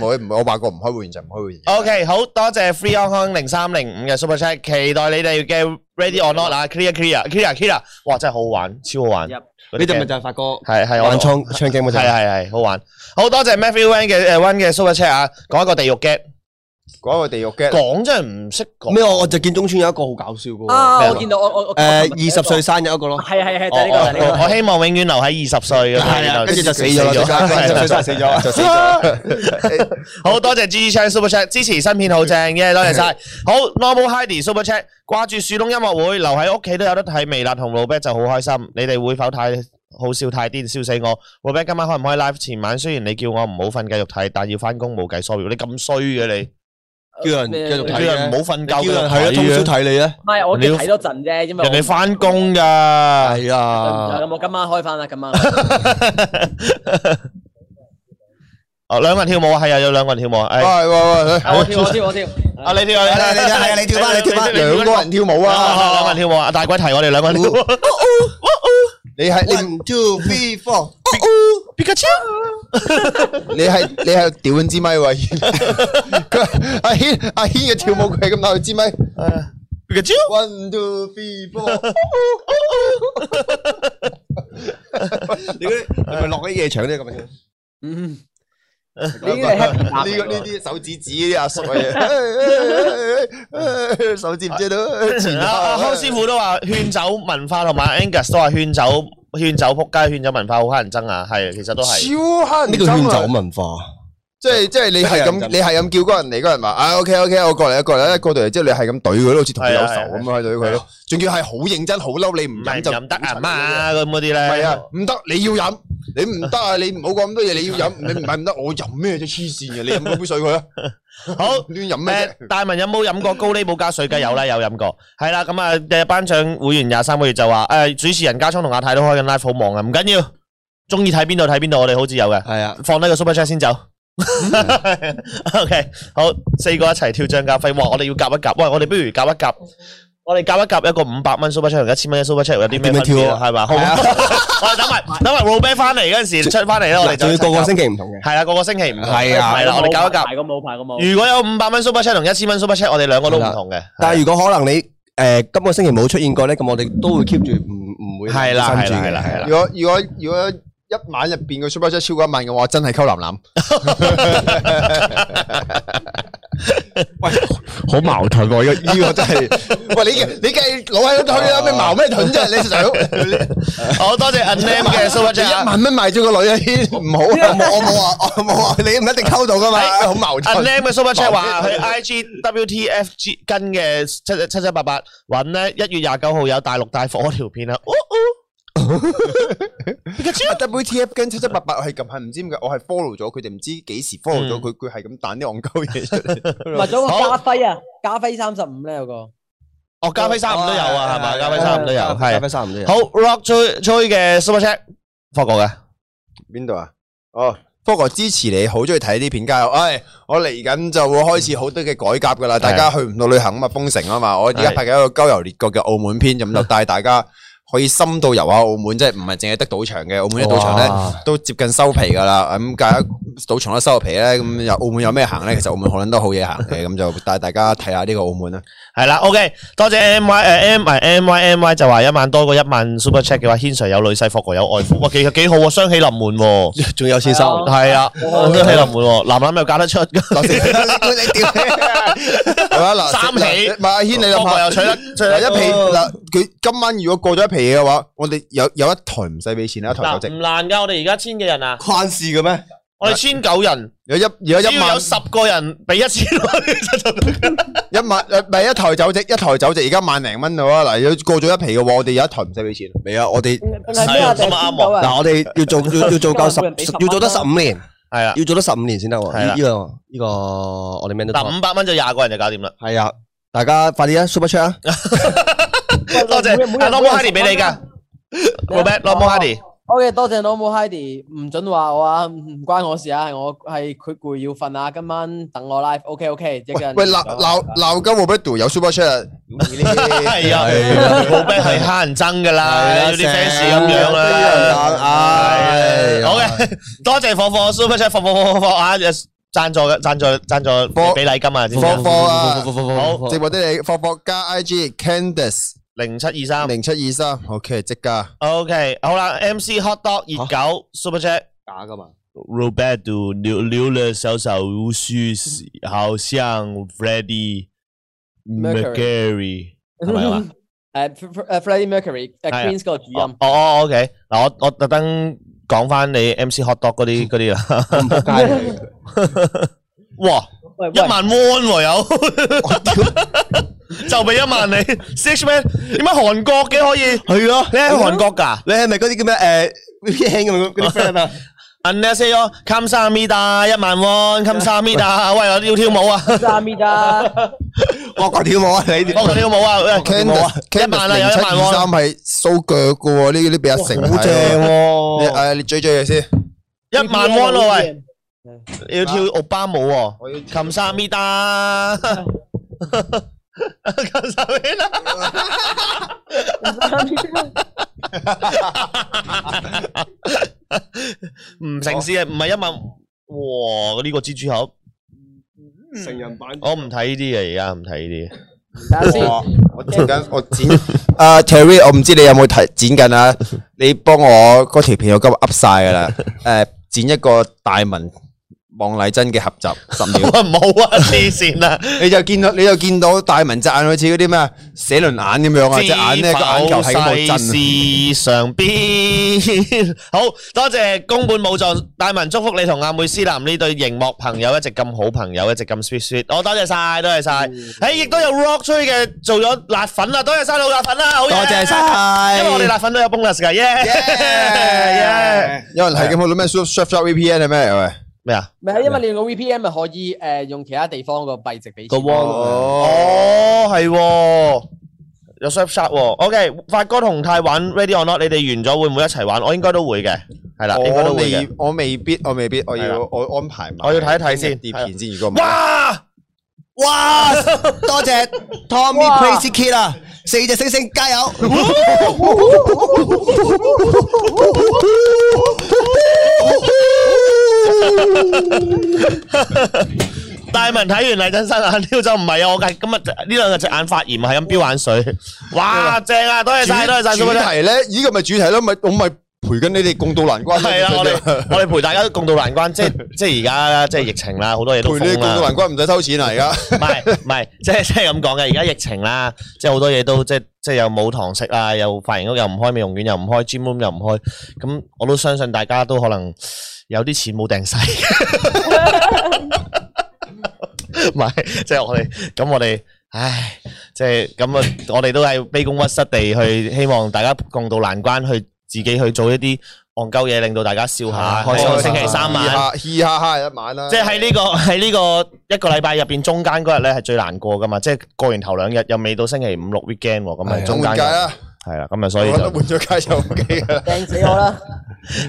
Speaker 5: 會唔會，我話過唔開會員就唔開會員。
Speaker 1: OK，好多謝 Free Hong Kong 零三零五嘅 Super Chat，期待你哋嘅 Ready or Not 啊，Clear Clear Clear Clear，哇，真係好好玩，超好玩。
Speaker 2: Yep
Speaker 1: 嗰啲
Speaker 6: 你哋咪
Speaker 1: game
Speaker 6: 就係發哥，
Speaker 1: 係係我
Speaker 3: 玩槍槍 game 嗰
Speaker 1: 系
Speaker 3: 陣。
Speaker 1: 系系好玩，好多謝 Matthew Wan 嘅诶 Wan 嘅 Super Chat 啊，講一個地獄 get，
Speaker 5: 嗰個地獄嘅，
Speaker 1: 講真係唔識講。
Speaker 3: 咩？我我就見中村有一個好搞笑嘅喎。
Speaker 2: 啊，我見到我我我
Speaker 3: 誒，二十歲生日一個咯。
Speaker 2: 係啊係啊係啊，就
Speaker 1: 我
Speaker 2: 係呢個就係呢個
Speaker 1: 我我希望永遠留喺二十歲咁樣
Speaker 3: 係啊
Speaker 1: 然後
Speaker 3: 跟住就死咗
Speaker 5: 啦，
Speaker 3: 啦
Speaker 5: 即刻
Speaker 1: 係
Speaker 5: 就
Speaker 1: 啦
Speaker 5: 死咗啦，就死咗啦。
Speaker 1: 好多謝 G Chan Super Chat 支持新片好正耶，多謝晒。好 Normal Heidi Super Chat 掛住樹窿音樂會，留喺屋企都有得睇微辣同 Robert 就好開心。你哋會否太好笑太癲，笑死我？Robert 今晚開唔開 live？前晚雖然你叫我唔好瞓繼續睇，但要翻工冇計，sorry。你咁衰嘅你，
Speaker 3: 叫
Speaker 2: Ờ,
Speaker 3: 人繼續
Speaker 1: 叫
Speaker 3: 睇嘅
Speaker 1: 人唔好瞓
Speaker 3: 叫
Speaker 1: 覺，
Speaker 3: 人係啊，
Speaker 1: 繼
Speaker 3: 通宵
Speaker 1: 續睇
Speaker 3: 睇你咧。
Speaker 2: 唔係我哋睇多陣啫，因為
Speaker 1: 啊人哋
Speaker 2: 翻
Speaker 1: 翻工㗎。
Speaker 3: 係啊。
Speaker 2: 咁我今晚開翻啦，今晚開
Speaker 1: 哦，兩個人跳舞啊，係啊，有兩個人跳舞啊。哎
Speaker 5: 喂喂喂，
Speaker 2: 我跳我跳我跳，
Speaker 1: 啊，你跳啊，
Speaker 3: 係啊你跳係啊你跳返你跳返
Speaker 5: 兩個人跳舞
Speaker 1: 哇，兩個
Speaker 5: 啊
Speaker 1: 人！跳舞啊，大鬼提我哋兩個人跳舞。
Speaker 5: 你係你
Speaker 3: One two three four，
Speaker 1: Pikachu。
Speaker 5: 你係你係屌緊支咪喎，阿軒佢阿軒阿軒嘅跳舞佢係咁打佢支咪。
Speaker 1: 佢嘅招
Speaker 5: One two three four，
Speaker 6: 你嗰啲係咪落喺夜場啲咁樣？
Speaker 2: 嗯，
Speaker 6: 你
Speaker 5: 呢個呢啲手指指啲阿叔嘅嘢，手指唔知道前
Speaker 1: 阿阿康師傅都話勸酒文化同埋 Angus 都話勸酒勸酒仆街，勸酒文化好乞人憎啊，係其實都係。
Speaker 5: 超
Speaker 3: 呢
Speaker 5: 黑
Speaker 3: 個圈
Speaker 5: 走
Speaker 3: 走文化，
Speaker 5: 即係即係你係
Speaker 6: 真係咁
Speaker 5: 咁，你係咁叫嗰人嚟，嗰人話啊 OK OK，我過嚟，過嚟，過到嚟之後，你係咁懟佢咯，好似同佢有
Speaker 1: 係啊
Speaker 5: 仇咁樣懟佢
Speaker 1: 係
Speaker 5: 咯，仲要係好認真，好嬲，你
Speaker 1: 唔
Speaker 5: 唔
Speaker 1: 係
Speaker 5: 飲
Speaker 1: 唔
Speaker 5: 就
Speaker 1: 飲得啊嘛，咁嗰啲咧。
Speaker 5: 唔係啊，唔得，你要飲，你唔得啊，你唔好講咁多嘢，你 要飲，你唔係唔得，我飲咩啫，黐線嘅，你飲嗰杯水佢啊，
Speaker 1: 好
Speaker 5: 亂飲咩
Speaker 1: 诶
Speaker 5: 啫？，
Speaker 1: 大文有冇飲過高呢冇加水嘅？有啦，有飲過。係啦，咁啊，嘅頒獎會員廿三個月就話，诶、主持人家聰同阿泰都開緊 live，好忙啊，唔緊要，中意睇邊度睇邊度，我哋好似有嘅。
Speaker 6: 係啊，
Speaker 1: 放低個 super chat 先走。OK，好，四個一齊跳張家輝。哇，我哋要夾一夾，喂，我哋不如夾一夾，我哋夾一夾一個五百蚊 super chat 同一千蚊嘅 super chat 有啲咩分
Speaker 3: 點樣
Speaker 1: 別
Speaker 3: 跳
Speaker 1: 啊？
Speaker 3: 啊
Speaker 1: 係嘛？好唔 好，我哋等埋等埋 Robert 翻嚟嗰陣時出翻嚟啦，我哋
Speaker 3: 嗱，
Speaker 1: 就
Speaker 3: 仲要個個
Speaker 1: 一齊夾
Speaker 3: 星期唔同嘅。
Speaker 1: 係啦，個個星期唔同
Speaker 3: 係啊
Speaker 1: 係啦，我哋夾一夾。
Speaker 4: 排個舞，排個舞。
Speaker 1: 如果有五百蚊 super chat 同一千蚊 super chat，我哋兩個都唔同嘅。啊
Speaker 3: 但係如果可能你诶今個星期冇出現過咧，咁我哋都會 keep 住唔唔會
Speaker 1: 係啦
Speaker 3: 新轉嘅
Speaker 1: 係啦係啦係啦
Speaker 5: 如果如果如果一晚入邊個 super chat 超過一萬嘅話，真係溝男 男。
Speaker 6: 好矛盾
Speaker 3: Ờ,
Speaker 6: 喎！呢
Speaker 5: 呢個真係，喂你你梗係老喺度推啦，咩
Speaker 1: 哦
Speaker 5: 矛咩盾啫？你實想
Speaker 1: 好多謝 Unam 嘅 super
Speaker 5: 你
Speaker 1: chat
Speaker 5: 一
Speaker 1: 啊
Speaker 5: 萬蚊賣咗個女啊， 唔好啊！哎我冇我冇話我冇啊話你唔一定溝到噶嘛，好矛盾。
Speaker 1: ，Unam 嘅 super chat 話佢 IG WTFG 跟嘅七七七八八揾咧，一月廿九號有大陸大火條片啊！哦哦
Speaker 5: 啊 WTF 跟七七八八係咁係唔知點解，我係 follow 咗佢哋，唔知幾時 follow 咗佢，佢係咁彈啲戇鳩嘢出 嚟。
Speaker 2: 同埋仲有個加輝啊，加輝三十五咧有個，
Speaker 1: 哦，加菲三五都有啊，係嘛？
Speaker 3: ờ,
Speaker 1: 加菲三五都有，
Speaker 3: 係
Speaker 1: 係
Speaker 3: 加三唔都有。
Speaker 1: 好 Rock 吹吹嘅 super chat，霍哥嘅
Speaker 5: 邊度啊？哦。不過支持你，好中意睇呢片加油！唉，我嚟緊就會開始好多嘅改革噶啦，大家去唔到旅行啊嘛，封城啊嘛，我而家
Speaker 1: 係
Speaker 5: 拍緊一個郊遊列國嘅澳門篇，咁就帶大家可以深度遊下澳門，即係唔係淨係得賭場嘅，澳門啲賭場咧都接近收皮噶啦，咁大家賭場都收皮咧，咁有澳門有咩行咧？其實澳門可能都好嘢行嘅，咁就 帶大家睇下呢個澳門啦。
Speaker 1: 係啦，OK，多謝 M Y ờ, 诶 M 係 M Y M Y 就話一萬多過一萬 super chat 嘅話，軒 Sir 有女婿，霍哥有外父，哇，其實幾好啊，雙喜臨門喎。
Speaker 3: 仲有先生，
Speaker 1: 系啊，我都喺度喎，男男又嫁得出，
Speaker 5: 嗱，你你屌 係嘛？嗱，
Speaker 1: 三喜
Speaker 5: 嗱唔係阿軒，你諗
Speaker 1: 老
Speaker 5: 下
Speaker 1: 婆。又娶得，娶
Speaker 5: 嗱
Speaker 1: 得哦
Speaker 5: 一皮嗱，佢今晚如果過咗一皮嘢嘅話，我哋有有一台唔使俾錢啊啦，一台酒
Speaker 1: 嗱
Speaker 5: 席
Speaker 1: 唔難噶，我哋而家千幾人啊，
Speaker 6: 關事嘅咩？
Speaker 1: 我哋千九人，
Speaker 5: 有一有
Speaker 1: 只
Speaker 5: 一
Speaker 1: 要
Speaker 5: 萬
Speaker 1: 有十個人俾一千蚊，
Speaker 5: 一萬呃誒唔係一台酒席，一台酒席而家萬零蚊到啦。嗱，要過咗一皮嘅話，我哋有一台唔使俾錢。
Speaker 3: 未啊？我哋
Speaker 2: 係咩啊？定係邊九
Speaker 3: 嗱，
Speaker 2: 啊？
Speaker 3: 我哋要做要要做夠十
Speaker 2: 每人俾十，蚊
Speaker 3: 要做得十
Speaker 2: 啦
Speaker 3: 五年，
Speaker 1: 係啊，
Speaker 3: 要做得十五年先得喎。
Speaker 1: 係啦
Speaker 3: 呢呢個呢個我哋 man 得
Speaker 1: 嗱五百蚊就廿個人就搞掂啦，
Speaker 3: 係啊，大家快啲啊，super chat 啊！
Speaker 1: 多謝
Speaker 2: 每人每
Speaker 1: 阿
Speaker 2: 人
Speaker 1: Normal Hardy 俾你㗎 Robert Normal Hardy，
Speaker 2: OK，多謝 Normal Heidi，唔准話我啊，唔關我事啊，係我係佢攰要瞓啊，今晚等我 live。OK OK，一
Speaker 5: 喂
Speaker 2: 陣
Speaker 5: 喂，鬧鬧鬧鳩 Roberto 有 super chat，啊
Speaker 1: 係啊，Robert 係乞人憎㗎啦，有
Speaker 5: 啊
Speaker 1: 啲 fans 咁樣啦。啊
Speaker 3: 啦
Speaker 1: 好嘅，多謝火火 super chat，火火火火火啊！贊助嘅贊助贊助俾禮金啊！
Speaker 5: 貨貨
Speaker 3: ờ,
Speaker 5: 啊！
Speaker 1: 好
Speaker 5: 直播啲你貨貨加
Speaker 1: 啊
Speaker 5: IG Candice
Speaker 1: 零七二三
Speaker 5: 零七二三，OK 即加。
Speaker 1: ，OK 好啦，MC Hot Dog 熱狗 super chat。
Speaker 6: 假噶嘛？
Speaker 1: Roberto 留留了小小胡须，好像 Freddie Mercury 係咪話？
Speaker 2: 誒 Ờ, Freddie Mercury à,
Speaker 1: 係啊
Speaker 2: 誒 Queen 嗰個主
Speaker 1: 哦
Speaker 2: 音，
Speaker 1: 哦，OK，嗱我我特登講翻你 MC Hot Dog 嗰啲嗰啲啦，
Speaker 3: 唔仆街嚟嘅，
Speaker 1: 哇，
Speaker 2: 喂
Speaker 1: 一萬 won 喎有， 就俾一萬你，Six Man 點解韓國嘅可以？
Speaker 3: 係咯。
Speaker 1: 你喺韓國㗎？
Speaker 3: 你係咪嗰啲叫咩诶 VPN 咁嗰啲 friend 啊？
Speaker 1: 안녕하세요，감사합니다，一萬 won，감사합니다，喂， 我要跳舞啊，
Speaker 2: 三米咋？
Speaker 3: 我講跳舞啊，你
Speaker 1: 我要跳舞啊，喂，跳舞啊一
Speaker 5: Candice，
Speaker 1: 萬啊，有一萬 won
Speaker 5: 三。係掃腳嘅喎，呢呢俾阿成
Speaker 3: 好正
Speaker 5: 你
Speaker 3: 喎！
Speaker 5: 誒，你追追佢先。
Speaker 1: 啊一
Speaker 6: 啊
Speaker 1: 萬 won 咯喂，
Speaker 2: 喂，
Speaker 1: 要跳奧巴舞啊喎，
Speaker 5: 我要
Speaker 1: 琴沙咪 達，琴沙咪達， 唔成事嘅，唔係因為哇呢個蜘蛛俠，嗯
Speaker 6: 成人版
Speaker 1: 我唔睇呢啲啊嘅，而家唔睇呢啲。
Speaker 2: 睇下先。
Speaker 1: 哦
Speaker 5: 我剪緊，我剪。 啊 Terry，我唔知你有冇睇剪緊啊？你幫我嗰條片我今日 up 晒噶啦。誒，剪一個大文望麗珍嘅合集十秒，
Speaker 1: 喂冇啊，黐線啊！
Speaker 5: 你就見到你就見到大文隻眼好似嗰啲咩寫輪眼咁樣啊，隻眼咧個眼球係咁度震啊。
Speaker 1: 事上邊，好多謝宮本武藏大文祝福你同阿妹思南呢對熒幕朋友一直咁好朋友，一直咁 sweet sweet。我多謝晒，多謝晒。誒，亦都有 Rock 吹嘅做咗辣粉啦，多謝晒老辣粉啦，好嘢
Speaker 5: 多謝。晒，
Speaker 1: 因為我哋辣粉都有 bonus 㗎，耶耶
Speaker 5: 有人係咁去到咩 Surf Surf Shop VPN 係咩？喂，
Speaker 1: 咩啊？
Speaker 2: 唔係，因為你用個 VPN 咪可以誒用其他地方個幣值俾錢。
Speaker 1: 哦，係喎，有 surf shot 喎。OK，發哥同泰玩 ready or not，你哋完咗會唔會一齊玩？我應該都會嘅，係啦，應該
Speaker 5: 我
Speaker 1: 都會嘅
Speaker 5: 未。我未必我未必我
Speaker 1: 係
Speaker 5: 要
Speaker 1: 啦
Speaker 5: 我安排埋
Speaker 1: 我要睇一睇先
Speaker 5: 碟片先，如果唔係
Speaker 1: 哇！
Speaker 3: 哇！多謝 Tommy
Speaker 2: 哇
Speaker 3: Crazy Kid 啊，四隻星星加油！
Speaker 1: 大文睇完黎振生眼挑就唔係啊，我係今日呢兩日隻眼發炎，啊係咁飆眼 水。哇，正啊！多謝晒，多謝晒
Speaker 5: 主
Speaker 1: Super
Speaker 5: 主
Speaker 1: Chat，
Speaker 5: 題咧，依個咪主題咯，咪我咪陪緊你哋共度難關。
Speaker 1: 係啊，我 哋我哋陪大家共度難關，即係即係而家即係疫情啦，好多嘢都
Speaker 5: 陪你
Speaker 1: 封
Speaker 5: 哋共度
Speaker 1: 啦。
Speaker 5: 難關唔使收錢啊！而家
Speaker 1: 唔係唔係，即係即係咁講嘅。而家疫情啦，即係好多嘢都即係即係又冇堂食啊，又髮型屋又唔開，美容院又唔開，gym room 又唔開。咁我都相信大家都可能有啲錢冇掟使。唔係，即係我哋咁我 哋。唉，即係咁啊！我哋都係卑躬屈膝地去，希望大家共度難關，去自己去做一啲戇鳩嘢，令到大家笑下。
Speaker 5: 啊開
Speaker 1: 喺個啊星期三晚。
Speaker 5: 嘻哈哈一晚啦。
Speaker 1: 即係喺呢個喺呢個一個禮拜入邊中間嗰日咧係最難過噶嘛，即係過完頭兩日又未到星期五六 weekend 喎，咁啊
Speaker 5: 係
Speaker 1: 中間
Speaker 5: 換屆啦，
Speaker 1: 係啦，咁啊所以
Speaker 5: 我
Speaker 1: 就
Speaker 5: 覺得換咗街就 OK 噶啦。
Speaker 2: 掟死我 啦！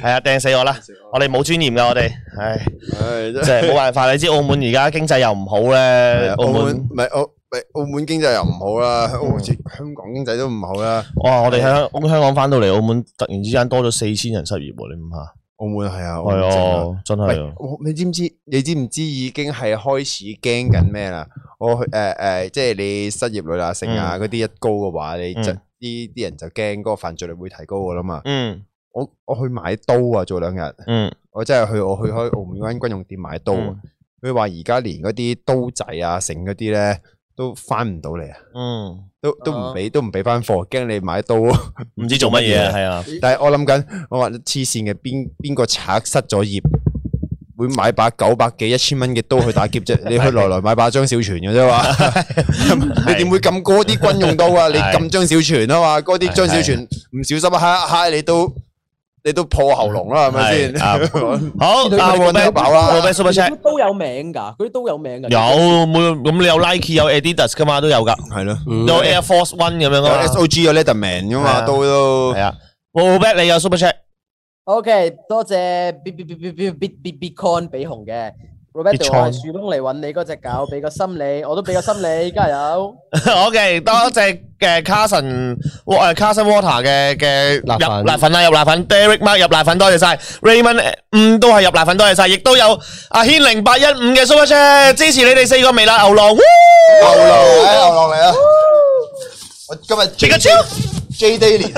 Speaker 1: 係啊掟死 我啦！我哋冇尊嚴噶，我哋唉
Speaker 5: 唉，真
Speaker 1: 即係冇辦法，你知澳門而家經濟又唔好咧，
Speaker 5: 係
Speaker 1: 澳
Speaker 5: 澳門嗯
Speaker 1: 門
Speaker 5: 唔係澳唔係澳門經濟又唔好啦，好似香港經濟都唔好啦。
Speaker 1: 哇！我哋香香港翻到嚟澳門，突然之間多咗四千人失業喎，你諗下，
Speaker 5: 澳門係啊，澳門正啊。
Speaker 1: 係啊，真係
Speaker 5: 喂
Speaker 1: 啊，
Speaker 5: 我你知唔知？你知唔知已經係開始驚緊咩啦？我誒誒、呃呃即係你失業率啊、剩啊嗰啲一高嘅話，你就
Speaker 1: 嗯
Speaker 5: 啲啲人就驚嗰個犯罪率會提高噶啦嘛。
Speaker 1: 嗯
Speaker 5: 我我去買刀啊，做兩日，
Speaker 1: 嗯
Speaker 5: 我真係去我去開澳門嗰間軍用店買刀啊。佢話而家連嗰啲刀仔啊、剩嗰啲咧都翻唔到嚟啊，
Speaker 1: 嗯，
Speaker 5: 都都唔俾都唔俾翻貨，驚你買刀。
Speaker 1: 唔知做乜嘢啊，係啊，
Speaker 5: 但係我諗緊，我話黐線嘅，邊邊個賊失咗業，會買把九百幾一千蚊嘅刀去打劫啫？你去來來買把張小泉嘅啫嘛，你點會撳嗰啲軍用刀啊？你撳張小泉啊嘛，嗰啲張小泉唔小心啊揩一揩你都你都破喉嚨啦，係咪先？
Speaker 1: 係啊好，
Speaker 5: 呢
Speaker 1: 阿
Speaker 5: 個
Speaker 1: 黃
Speaker 5: 都飽啦
Speaker 1: 咩 Super
Speaker 2: 其
Speaker 1: Chat
Speaker 2: 實。佢都有名㗎，佢都有名㗎。
Speaker 1: 有每咁你有 Nike 有 Adidas 噶嘛，都有噶，
Speaker 5: 係咯，
Speaker 3: 嗯
Speaker 1: 有 Air Force One 咁樣
Speaker 5: 有
Speaker 1: 噶嘛，
Speaker 5: SOG 有 Leatherman 噶
Speaker 1: 係
Speaker 5: 嘛，
Speaker 1: 啊
Speaker 5: 刀都
Speaker 1: 系啊。Robert 你有 Super Chat
Speaker 2: ，OK，多謝 B B B B B B B Bitcoin 俾紅嘅 Roberto，
Speaker 1: Bitcoin
Speaker 2: 我係樹窿嚟揾你嗰只狗，俾個心你，我都俾個心你，加油！
Speaker 1: ，OK，多謝嘅 Carson 誒 Carson Water 嘅嘅
Speaker 3: 辣粉
Speaker 1: 入辣粉啦，啊入辣粉，Derek Mark 入辣粉，多謝晒，Raymond 五都係入辣粉，多謝晒，亦都有阿軒零八一五嘅 Super Chat 支持你哋四個微辣牛郎，哇
Speaker 5: 牛郎嚟，牛郎嚟啊！我今日
Speaker 1: J 個
Speaker 5: J
Speaker 1: 超，
Speaker 5: J Daily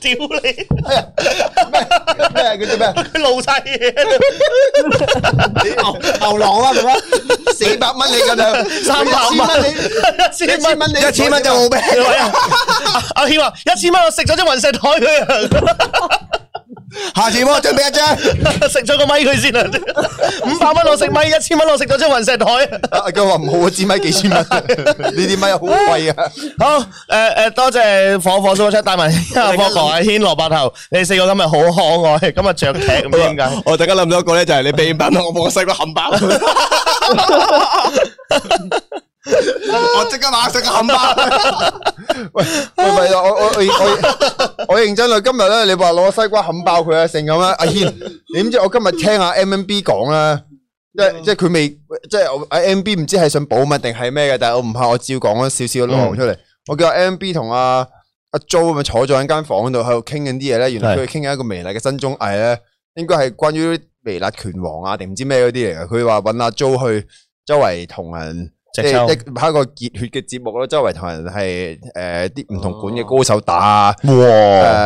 Speaker 1: 屌你，
Speaker 5: 咩嗰啲咩？
Speaker 1: 佢露晒嘢，
Speaker 5: 牛郎啊，係咪？四百蚊你咁樣，
Speaker 1: 三百蚊
Speaker 5: 一
Speaker 1: 一
Speaker 5: 千蚊你，一千蚊就冇咩。
Speaker 1: 係啊阿阿軒話一千蚊我食咗張雲石台佢啊。
Speaker 5: 下次幫我準備一張。
Speaker 1: 食咗個咪佢先啊！五百蚊我食咪，一千蚊我食咗張雲石台。
Speaker 5: 阿佢話唔好，我支咪幾千蚊，呢啲咪好貴啊！
Speaker 1: 好，诶诶，多謝火火 super chat 大文、 火哥、阿軒、蘿蔔頭，你四個今日好可愛，今日着劇唔知點解。
Speaker 3: 我突然間諗到一個咧，就係你俾五百蚊，我冇細個冚 包，我即刻馬上個冚包。
Speaker 5: 喂，咪我我我我我認真啊啦，今日咧你話攞西瓜冚爆佢啊，成咁啊！阿軒，你知唔知我今日聽阿 M M B 講啦？即
Speaker 1: 嗯
Speaker 5: 係即係佢未，即係我阿 M B 唔知
Speaker 1: 嗯
Speaker 5: 係想保密定係咩嘅，但係我唔怕，我照講咗少少漏出嚟。我叫阿 M B 同阿阿 Jo 咪坐咗喺間房度喺度傾緊啲嘢咧，原來佢哋傾緊一個微辣嘅新綜藝咧，應該係關於微辣拳王啊定唔知咩嗰啲嚟嘅。佢話揾阿 Jo 去周圍同人。即
Speaker 1: 直
Speaker 5: 系
Speaker 1: 抽
Speaker 5: 一係一個熱血嘅節目咯，周圍同人係诶啲唔
Speaker 1: 哦
Speaker 5: 同館嘅高手打啊，
Speaker 1: 哇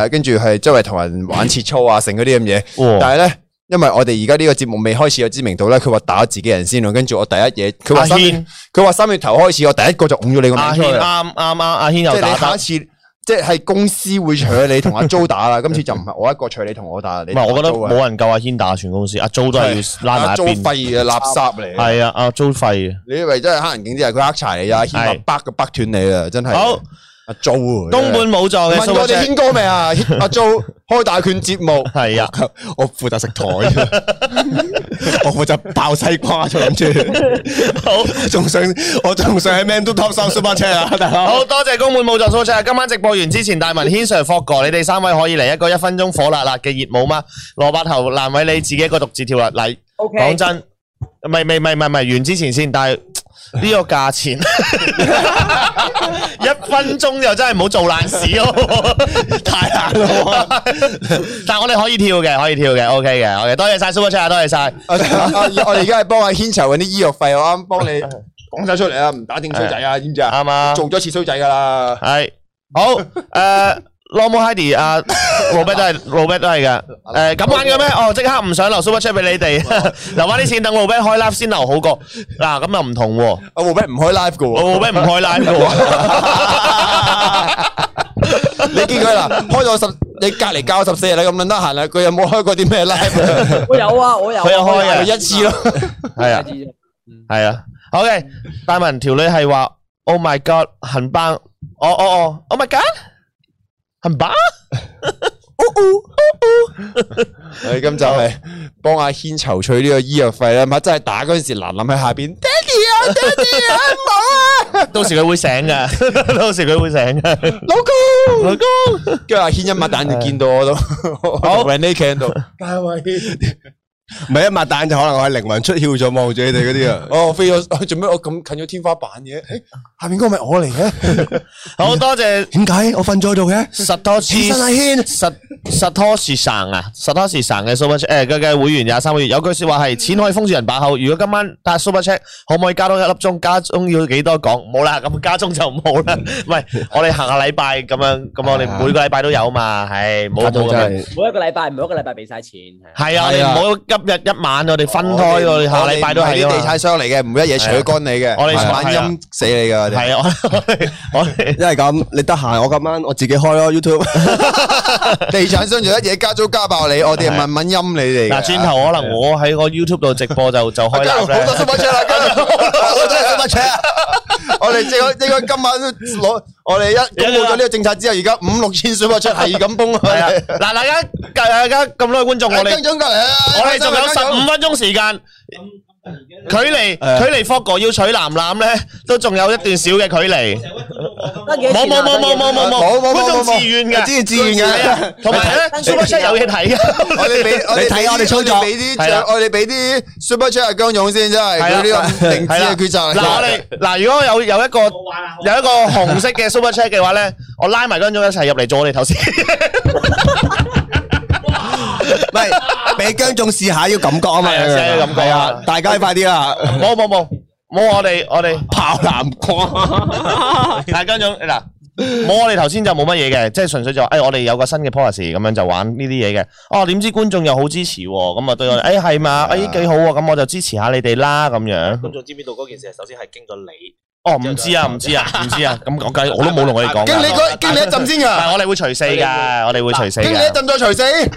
Speaker 5: 诶跟住係周圍同人玩切操啊，成嗰啲咁嘢。
Speaker 1: 哇，
Speaker 5: 但係咧，因為我哋而家呢個節目未開始有知名度咧，佢話打咗自己人先咯。跟住我第一嘢，佢話
Speaker 1: 阿
Speaker 5: 三月
Speaker 1: 軒，
Speaker 5: 佢話三月頭開始，我第一個就拱咗你個名
Speaker 1: 阿
Speaker 5: 出
Speaker 1: 轩
Speaker 5: 去啦。
Speaker 1: 啱啱啱，阿轩
Speaker 5: 即
Speaker 1: 又
Speaker 5: 係
Speaker 1: 打
Speaker 5: 你下
Speaker 1: 得
Speaker 5: 一，次，即係公司會搶你同阿 Jo 打啦。今次就唔係我一個搶你同我打，你
Speaker 1: 唔係我覺得
Speaker 5: 同阿 Jo 啊
Speaker 1: 冇人夠阿軒打全公司，阿 Jo 都係要拉埋
Speaker 5: 阿
Speaker 1: 一
Speaker 5: Jo
Speaker 1: 邊，
Speaker 5: 廢嘅垃圾嚟嘅。
Speaker 1: 係啊，阿 Jo 廢嘅。
Speaker 5: 你以為真係黑人警啲啊？佢黑柴你啊，牽
Speaker 1: 係
Speaker 5: 埋北嘅北斷你啊，真係。
Speaker 1: 好，
Speaker 5: 阿 Jo 啊，
Speaker 1: 東本武藏嘅
Speaker 5: 問
Speaker 1: Super
Speaker 5: 過我哋
Speaker 1: Chat
Speaker 5: 軒哥未啊？阿 Jo 開大拳節目，
Speaker 1: 係啊，
Speaker 3: 我負責食 台，我負責爆西瓜就諗住，好，仲想我仲想喺 Man to Top 三 Super 車啊，大佬。
Speaker 1: 好多謝公滿武藏 Super Chat。今晚直播完之前，大文軒 Sir、霍哥，你哋三位可以嚟一個一分鐘火辣辣嘅熱舞嗎？蘿蔔頭難為你自己一個獨自跳啦，嚟。
Speaker 2: O
Speaker 1: 講真，唔係唔係唔係唔係，完之前先，但係呢個價錢 一分鐘又真係唔好做爛事咯， 太難咯。但係我哋可以跳嘅，可以跳嘅，OK 嘅，OK。多謝晒 Super Chat，多謝晒。
Speaker 5: 我我我哋而家係幫阿軒籌緊啲醫藥費，我啱幫 你講晒出嚟啊，唔打定衰仔啊，知唔知啊？
Speaker 1: 啱啊，
Speaker 5: 做咗次衰仔噶啦，
Speaker 1: 係好诶。Normal Heidi 啊，Robert 都係 Robert 都係噶，诶咁玩嘅咩？哦，即刻唔想留 super chat 俾你哋，留翻啲錢等 Robert 開 live 先留好過。嗱，咁又唔同喎。
Speaker 5: 阿胡斌啊唔開 live 噶喎，
Speaker 1: 我 Robert 唔開 live 嘅喎，
Speaker 5: 你見佢 嗱開咗十，你隔離教十四日你咁撚得閒啦，佢有冇開過啲咩 live？
Speaker 2: 我有啊，我有啊。
Speaker 1: 佢有開
Speaker 5: 啊
Speaker 1: 嘅
Speaker 5: 一次 咯，
Speaker 1: 係啊，
Speaker 2: 啊。
Speaker 1: 係啊。OK，大文條女係話：Oh my God，很棒！哦哦哦，Oh my God，很棒！
Speaker 5: 我哋今哎就係幫阿軒籌取呢個醫藥費啦，咪真係打嗰陣時嗱諗喺下邊，爹哋啊，爹哋啊，冇啊，
Speaker 1: 到時佢會醒嘅，到時佢會醒嘅。
Speaker 5: 老公，
Speaker 1: 老公，
Speaker 5: 跟住阿軒一擘眼就見到我 都，好 w h e n they can 到。
Speaker 3: 唔係一擘蛋就可能我係靈魂出竅咗望住你哋嗰啲啊。
Speaker 5: 哦，飛咗，做咩我咁近咗天花板嘅？誒下面嗰個咪我嚟 嘅？
Speaker 1: 好多謝
Speaker 3: 點解我瞓咗喺度嘅？
Speaker 1: 實多次。
Speaker 3: 起身阿軒，
Speaker 1: 實實拖是神啊，實拖是神嘅 super chat 誒嘅嘅會員廿三個月有句説話係錢可以封住人把口，如果今晚打 super chat 可唔可以加多一粒鐘？加鐘要幾多講？冇啦，咁加鐘就唔好啦。 唔係，我哋下個禮拜咁樣，咁我哋每個禮拜都有嘛，係冇冇咁樣。
Speaker 3: 係
Speaker 2: 每一個禮拜，每一個禮拜俾晒錢。
Speaker 1: 係啊，我哋
Speaker 5: 係啊
Speaker 1: 唔好今日一晚，我哋分開，我哋下禮拜都
Speaker 5: 我哋
Speaker 1: 係
Speaker 5: 唔係
Speaker 1: 啊
Speaker 5: 啲地
Speaker 1: 嘛
Speaker 5: 產。商嚟嘅，唔會一嘢取乾你嘅。
Speaker 1: 我哋
Speaker 5: 晚
Speaker 1: 係啊
Speaker 5: 陰死你嘅，我哋
Speaker 1: 係啊，我哋我哋
Speaker 3: 因為咁，你得閒我今晚我自己開咯 YouTube。
Speaker 5: 地產商就一嘢加租加爆你，我哋係慢慢陰你哋嘅。
Speaker 1: 嗱，轉頭可能我喺我 YouTube 度直播就就開
Speaker 5: 啊。
Speaker 1: live
Speaker 5: 好
Speaker 1: 咧
Speaker 5: 多 super chat 啦，今日好多 super chat 啊。我哋即 係應該今晚都攞，我哋一公布咗呢個政策之後，而家五六千 super chat 係咁崩
Speaker 1: 係啊
Speaker 5: 啊！，
Speaker 1: 嗱，大家大家咁多位觀眾，我哋
Speaker 5: 跟。總過嚟啊！
Speaker 1: 我哋仲有十五分鐘時間，距離距離霍哥要取男籃咧，都仲有一段小嘅距離。
Speaker 2: 得幾
Speaker 1: 冇
Speaker 2: 錢
Speaker 1: 冇
Speaker 2: 啊
Speaker 1: 冇冇冇冇
Speaker 5: 冇冇冇冇冇
Speaker 1: 觀眾自願嘅，
Speaker 5: 自願自願嘅
Speaker 1: 係啊同 埋咧
Speaker 2: 你
Speaker 1: ，Super Chat 有嘢 睇嘅。
Speaker 5: 我哋俾我哋
Speaker 3: 你睇下我哋操作
Speaker 5: 俾啲
Speaker 1: 係啦
Speaker 5: 獎我哋俾啲 super chat 阿姜勇先，真
Speaker 1: 係
Speaker 5: 係
Speaker 1: 啦
Speaker 5: 佢呢個明智
Speaker 1: 係啦
Speaker 5: 嘅抉擇嚟嘅。
Speaker 1: 嗱， 我哋嗱，如果有有一個有一個紅色嘅 Super Chat 嘅話咧，我拉埋觀眾一齊入嚟做我哋頭先。
Speaker 3: 喂，俾姜總試下要感覺啊嘛，
Speaker 1: 係啊試下要感覺啊
Speaker 3: 係啊，大家快啲啦，
Speaker 1: 冇冇冇冇，我哋我哋
Speaker 3: 炮南瓜。
Speaker 1: 但係姜總嗱，冇我哋頭先就冇乜嘢嘅，即係純粹就話，誒我哋有個新嘅 policy 咁樣就玩呢啲嘢嘅。哦，點知觀眾又好支持喎，咁啊對我
Speaker 5: 嗯
Speaker 1: 哋，誒係嘛，誒幾好喎，咁我就支持下你哋啦咁樣。
Speaker 4: 觀眾知唔知道嗰件事係首先係經過你，
Speaker 1: 哦，唔知啊，唔知啊，唔知啊，咁講計我都冇同佢哋講㗎。
Speaker 5: 經理嗰經理一陣先
Speaker 1: 但
Speaker 5: 㗎，
Speaker 1: 係我哋會除四㗎，我哋會除四
Speaker 5: 經理一
Speaker 1: 㗎。
Speaker 5: 陣再除死，
Speaker 1: 係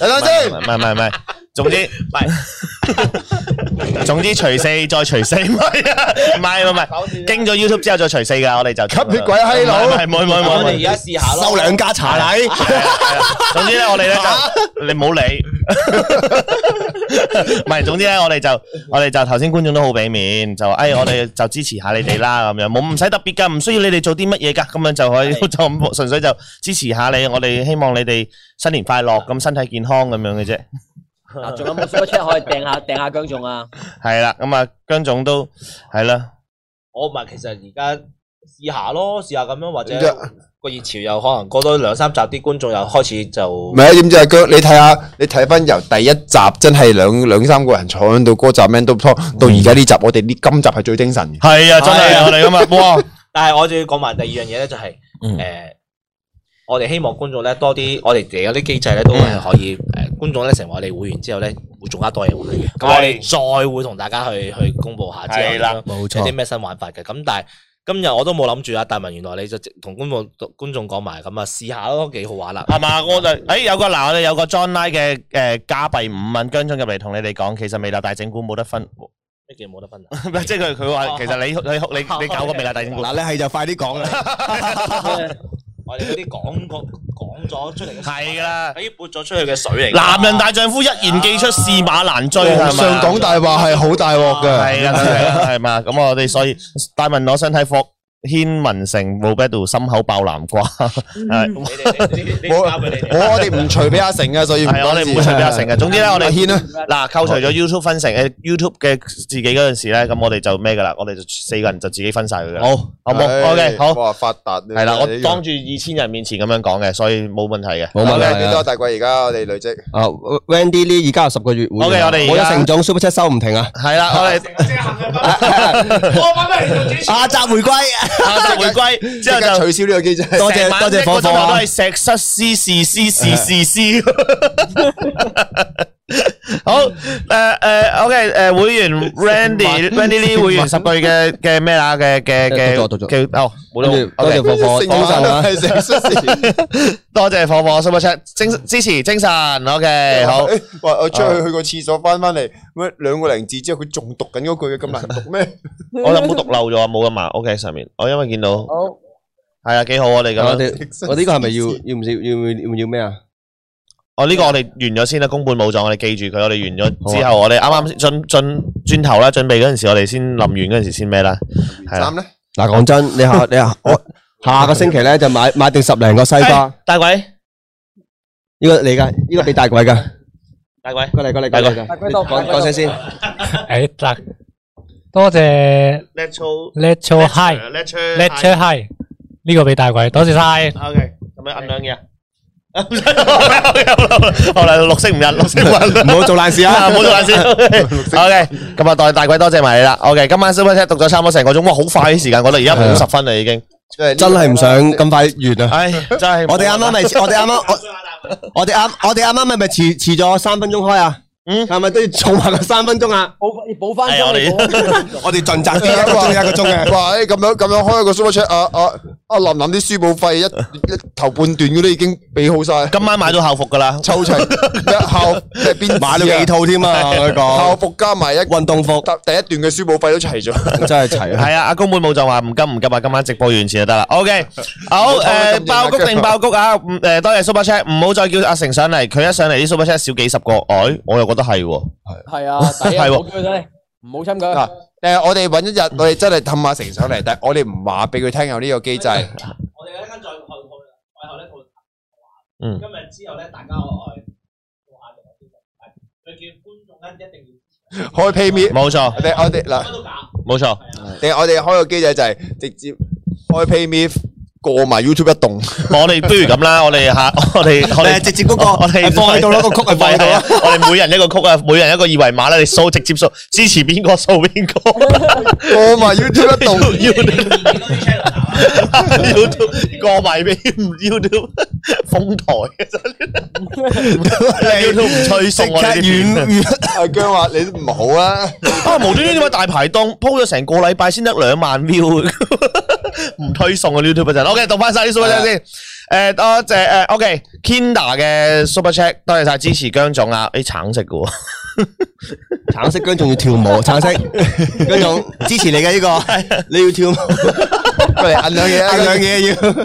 Speaker 5: 等等先
Speaker 1: 唔。係唔係唔係，總之唔係， 總之除四再除四，唔係啊，唔係唔係唔係，經咗 YouTube 之後再除四㗎，我哋就
Speaker 5: 吸血鬼閪佬
Speaker 1: 唔係唔係唔係唔係
Speaker 4: 我
Speaker 1: 唔係
Speaker 4: 哋而家試下咯。
Speaker 3: 收兩家茶禮，
Speaker 1: 总之咧，我哋咧就你唔好理， 唔系，总之咧，我哋就我哋就头先观众都好俾面，就诶、哎，我哋就支持下你哋啦，咁样冇唔使特别噶，唔需要你哋做啲乜嘢噶，咁样就可以 就
Speaker 4: 係
Speaker 1: 咁纯粹就支持下你，我哋希望你哋新年快乐，咁身体健康咁样嘅啫，
Speaker 2: 嗱，啊仲有冇 super chat 可以掟下掟下姜總 啊？
Speaker 1: 系啦，咁啊姜总都系啦，
Speaker 4: 我唔係，其實而家試下咯，試下咁樣或者
Speaker 5: 點啫
Speaker 4: 個熱潮又可能過多兩三集，啲觀眾又開始就
Speaker 5: 唔係啊，點知阿姜？你睇下，你睇翻由第一集真係兩兩三個人坐喺度嗰集 Man Do Talk，到而家呢集，我哋呢今集係最精神嘅。
Speaker 1: 系啊， 真系
Speaker 4: 係啊
Speaker 1: 我哋咁日哇，
Speaker 4: 但係我仲要講埋第二樣嘢咧，就係、
Speaker 1: 嗯
Speaker 4: 呃我哋希望觀眾咧多啲，我哋而家啲機制咧都係可以誒、呃、觀眾咧成為我哋會員之後咧，會仲加多嘢玩嘅。咁我哋再會同大家去去公佈下之後
Speaker 1: 係啦
Speaker 5: 冇
Speaker 4: 有啲咩新玩法嘅。咁但係今日我都冇諗住啊，大文原來你就直同觀眾觀眾講埋，咁啊試下咯，幾好玩啦。
Speaker 1: 系嘛，我就诶有個嗱，我哋有個 John Lie 嘅诶加幣五蚊姜葱入嚟同你哋講，其實微辣大整蠱冇得分，
Speaker 4: 呢件冇得分啊！
Speaker 1: 即係佢佢
Speaker 5: 哦
Speaker 1: 話其實你你你你搞個微辣大整蠱，
Speaker 3: 嗱，你系就快啲講 啦，
Speaker 4: 我哋嗰啲講過講咗出嚟嘅
Speaker 1: 係㗎啦
Speaker 4: 嗰啲潑咗出去嘅水嚟㗎。
Speaker 1: 男人大丈夫一言既出，驷馬難追，係
Speaker 5: 哦
Speaker 3: 皇
Speaker 1: 嘛
Speaker 3: 上講大話係好大鑊
Speaker 1: 系
Speaker 3: 嘅。
Speaker 1: 啊，真係 啊係嘛？咁我哋所以大文攞身體霍軒文成 r o b e r t 心口爆南瓜，係
Speaker 4: 你哋你哋你
Speaker 5: 我
Speaker 4: 哋交俾你哋
Speaker 5: 我我哋唔除俾阿成嘅，所以唔
Speaker 1: 係我哋唔會隨俾阿成嘅。總之咧，我
Speaker 5: 啊阿
Speaker 1: 哋
Speaker 5: 軒咧，
Speaker 1: 嗱，扣除咗 YouTube 分成誒 YouTube 嘅自己嗰陣時咧，咁我哋就咩噶啦？我哋就四個人就自己分晒佢噶啦。
Speaker 5: 好，
Speaker 1: 好冇
Speaker 5: 唉
Speaker 1: OK，好
Speaker 5: 哇，發達呢
Speaker 1: 係啦，我
Speaker 5: 呢樣
Speaker 1: 當住二千人面前咁樣講嘅，所以冇問題嘅。
Speaker 3: 冇問題啊
Speaker 5: OK，幾多大貴？而家我哋累積
Speaker 3: 啊，Wendy 呢而家有十個月會員
Speaker 1: OK，我哋而家
Speaker 3: 我一成總 super chat 收唔停啊！
Speaker 1: 係啦，我哋
Speaker 3: 下集回歸，
Speaker 1: 下集回歸之後
Speaker 5: 即刻
Speaker 1: 就
Speaker 5: 取消呢個機制。
Speaker 3: 多謝多謝火火
Speaker 1: 成晚
Speaker 3: 啊
Speaker 1: 一個鐘頭都係！石室詩事詩事事 詩。好誒誒，OK ờ, 誒會員 Randy Randy Lee 會員十句嘅嘅咩啦嘅嘅嘅
Speaker 3: 多咗多咗
Speaker 1: 嘅哦，冇
Speaker 3: 跟
Speaker 1: 到
Speaker 3: 住
Speaker 1: OK
Speaker 3: 多謝火火，精神啊！
Speaker 5: 係成出事。
Speaker 1: 多謝火火 Super Chat 精支持精神，OK 好。
Speaker 5: 誒哇我出去去個廁所翻翻嚟，咩兩個零字之後，佢仲讀緊嗰句嘅，咁難讀咩？
Speaker 1: 我就冇讀漏咗，冇咁嘛。OK 上面，我因為見到係
Speaker 2: 好，
Speaker 1: 啊，幾好我哋咁
Speaker 3: 我
Speaker 1: 樣。
Speaker 3: 哋我哋呢個係咪要要唔要要唔要要唔要咩啊？
Speaker 1: 我呢個我哋完咗先啦，公半冇咗，我哋記住佢。我哋完咗之
Speaker 3: 好
Speaker 1: 後，我哋啱啱進進轉頭啦，準備嗰陣時，我哋先臨完嗰陣時先咩啦。係啦
Speaker 5: 三，咧，
Speaker 3: 嗱，講真，你 下你下我下個星期咧就買買定十零個西瓜，
Speaker 1: 大鬼
Speaker 3: 呢個你噶，呢個俾大鬼噶，
Speaker 4: 大鬼。
Speaker 3: 過嚟過嚟過嚟，
Speaker 2: 大鬼到
Speaker 3: 講講聲先，
Speaker 7: 诶，嗱，多謝
Speaker 1: ，Let's go
Speaker 7: Let Your High，Let Your High 呢個俾大鬼，多謝晒。
Speaker 1: OK，咁樣摁兩嘢。 好啦，綠色唔印，綠色唔 印。
Speaker 3: 唔好做爛事
Speaker 1: 啊，
Speaker 3: 啊！
Speaker 1: 冇做眼先。OK，咁啊，代大鬼多謝埋你啦。OK，今晚 Super Chat 讀咗差唔多成個鐘，哇，好快啲時間，我哋而家五十分啦已經。
Speaker 3: 真係唔想咁快完啊！
Speaker 1: 唉，真係。
Speaker 3: 我哋啱啱咪我哋啱啱我我哋啱我哋啱啱咪咪遲遲咗三分鐘開啊！
Speaker 1: 嗯
Speaker 3: 係咪都要做埋個三分鐘啊？
Speaker 2: 補要補翻
Speaker 1: 係啊我哋
Speaker 3: 我哋盡責啲一個鐘一個鐘啊嘅。
Speaker 5: 哇！誒咁樣咁樣開一個 super chat，啊啊啊！林林啲書報費一一頭半段嗰啲已經俾好晒，
Speaker 1: 今晚買到校服噶啦。
Speaker 5: 抽齊一校即係邊
Speaker 3: 買咗幾套添啊！我
Speaker 5: 校
Speaker 3: 講
Speaker 5: 服加埋一第
Speaker 3: 運動服
Speaker 5: 第一段嘅書報費都齊咗。
Speaker 3: 真係齊 啊！
Speaker 1: 系啊，阿公妹冇就話唔急唔急啊，今晚直播完前就得啦。OK，好
Speaker 5: 唔好拖
Speaker 1: 诶，
Speaker 5: 得
Speaker 1: 誒
Speaker 5: 咁遠
Speaker 1: 爆
Speaker 5: 啊
Speaker 1: 谷定爆谷啊！诶，多謝 Super Chat，唔好再叫阿成上嚟，佢一上嚟啲 Super Chat 少幾十個，哎，我又覺得係喎。
Speaker 2: 係啊，抵啊，
Speaker 1: 係喎
Speaker 2: 唔好叫佢上嚟，唔好侵佢
Speaker 5: 嗱。誒，我哋揾一日，我哋真係氹下成上嚟，但係我哋唔話俾佢聽有呢個機制。
Speaker 4: 我哋一間再去去最後咧套，
Speaker 1: 嗯
Speaker 4: 今日之後咧，大家我係我下就佢叫觀眾咧一定
Speaker 5: 開 pay me，
Speaker 1: 冇錯，
Speaker 5: 我哋我哋嗱
Speaker 4: 要。乜都搞，
Speaker 1: 冇錯，
Speaker 5: 定係我哋開個機制就係直接開 PayMe 過埋 YouTube 一動，
Speaker 1: 我哋不如咁啦，我哋下我哋我哋
Speaker 3: 誒，直接嗰個
Speaker 1: 我哋
Speaker 3: 放喺度咯，個曲係放喺度啦。
Speaker 1: 我哋每人一個曲啊，每人一個二維碼啦，你掃直接掃，支持邊個掃邊個。
Speaker 5: 過埋 YouTube 一動。
Speaker 1: 要
Speaker 4: 你你嗰啲 channel 啊
Speaker 1: YouTube 過埋俾 YouTube 封台，YouTube 唔吹
Speaker 3: 即
Speaker 1: 送
Speaker 3: 刻
Speaker 1: 我哋啲片
Speaker 3: 遠遠
Speaker 5: 阿姜話：你都唔好啊！
Speaker 1: 啊，無端端點解大排檔鋪咗成個禮拜先得兩萬 view，唔推送啊 YouTube 嗰陣。OK，讀翻晒啲 super chat 先。誒多謝誒 OK，Kinda 嘅 super chat，多謝晒支持姜總啊！啲橙色嘅喎，
Speaker 3: 橙色姜仲要跳舞，橙色姜總支持你嘅呢 個，你要跳舞，
Speaker 5: 過嚟摁兩嘢啊，
Speaker 3: 硬兩嘢要。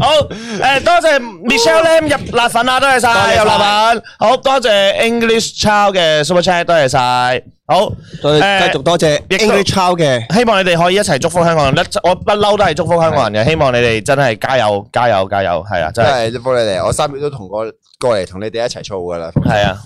Speaker 1: 好，诶，多谢 Michelle Lam 入辣粉啊，多谢晒入辣粉。好多谢 English Chow 嘅 Super Chat，多谢晒。好，誒
Speaker 3: 繼續多謝
Speaker 1: 亦都
Speaker 3: English Chow 嘅，
Speaker 1: 希望你哋可以一齊祝福香港人，一我不嬲都係祝福香港人嘅。希望你哋真係加油，加油，加油，係啊，真係。
Speaker 5: 真系幫你哋，我三月都同我過嚟同你哋一齊操噶啦。
Speaker 1: 係啊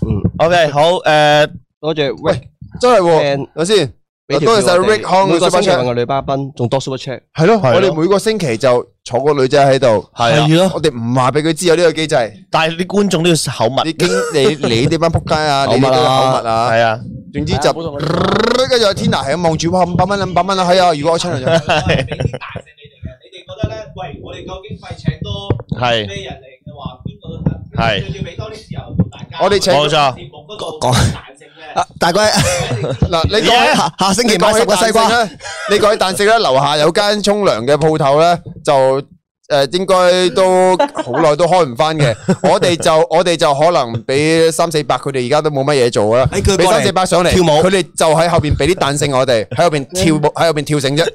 Speaker 1: ，OK，好，
Speaker 3: 嗯
Speaker 1: 诶，
Speaker 6: 多謝喂，
Speaker 5: 真係喎，
Speaker 6: friend
Speaker 5: 我先
Speaker 6: 俾條
Speaker 5: 多謝晒
Speaker 6: 票我哋
Speaker 5: Rick Hong
Speaker 6: 每個
Speaker 5: 嘅 super
Speaker 6: 星期
Speaker 5: chat
Speaker 6: 問我女嘉賓，仲多 super chat，
Speaker 5: 係咯，
Speaker 1: 係咯
Speaker 5: 我哋每個星期就坐個女仔喺度，
Speaker 1: 係啊
Speaker 5: 係咯，我哋唔話俾佢知有呢個機制，
Speaker 1: 但係啲觀眾都要口密，
Speaker 5: 你經 你你哋班仆街啊，你
Speaker 6: 口密啊
Speaker 5: 哋嗰啲口密啊，
Speaker 1: 係啊，
Speaker 5: 總之
Speaker 2: 係啊
Speaker 5: 就
Speaker 2: 唔好同我
Speaker 5: 跟住阿 Tina 係咁望住，哇五百蚊啊五百蚊啊，係啊，如果 我出嚟就。
Speaker 1: 係係。
Speaker 5: 我哋請
Speaker 1: 冇錯。
Speaker 3: 啊大 概
Speaker 5: 嗱，你講起
Speaker 1: Yeah
Speaker 3: 下下星期
Speaker 5: 你
Speaker 3: 買
Speaker 5: 講
Speaker 3: 十
Speaker 5: 起
Speaker 3: 個西
Speaker 5: 蛋
Speaker 3: 瓜
Speaker 5: 食。咧， 你講起蛋食咧，樓下有間沖涼嘅鋪頭咧，就诶、呃、应该都好耐都開唔翻嘅。我哋就我哋就可能俾三四百，佢哋而家都冇乜嘢做啦。
Speaker 3: 哎佢過嚟
Speaker 5: 俾三四百上嚟
Speaker 3: 跳舞
Speaker 5: 佢哋就喺後边俾啲彈性我哋， 喺後边跳舞，喺後边跳繩啫。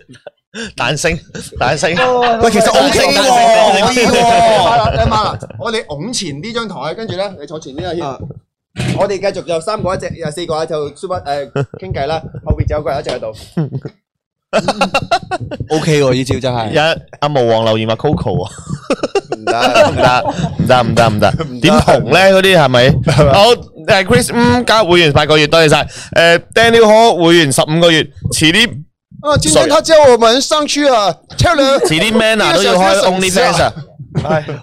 Speaker 1: 蛋星，蛋星，
Speaker 3: 喂，其實 O K
Speaker 1: 蛋
Speaker 3: 喎，可
Speaker 1: 蛋
Speaker 3: 以
Speaker 5: 你
Speaker 3: 喎。
Speaker 5: 啦，你啦，哎我哋拱前呢張台，跟住咧你坐前呢個
Speaker 6: 啊
Speaker 5: 先。我哋繼續有三個一隻，有四個一就 super 诶傾偈啦，後边就有個人一隻喺度。
Speaker 6: ，O K 喎，呢招真係
Speaker 1: 一阿毛王留言話 Coco 啊，
Speaker 5: 唔得
Speaker 1: 唔得，唔得，唔得，唔得，點紅咧？嗰啲 係咪？好，誒 Chris 嗯加入會員八個月，多謝晒。誒 Daniel Hall 會員十五個月，遲啲
Speaker 5: 啊，今
Speaker 1: Sorry
Speaker 5: 天他叫我們上去啊，跳了。
Speaker 1: 遲啲 Manner 都要開 OnlyFans 啊！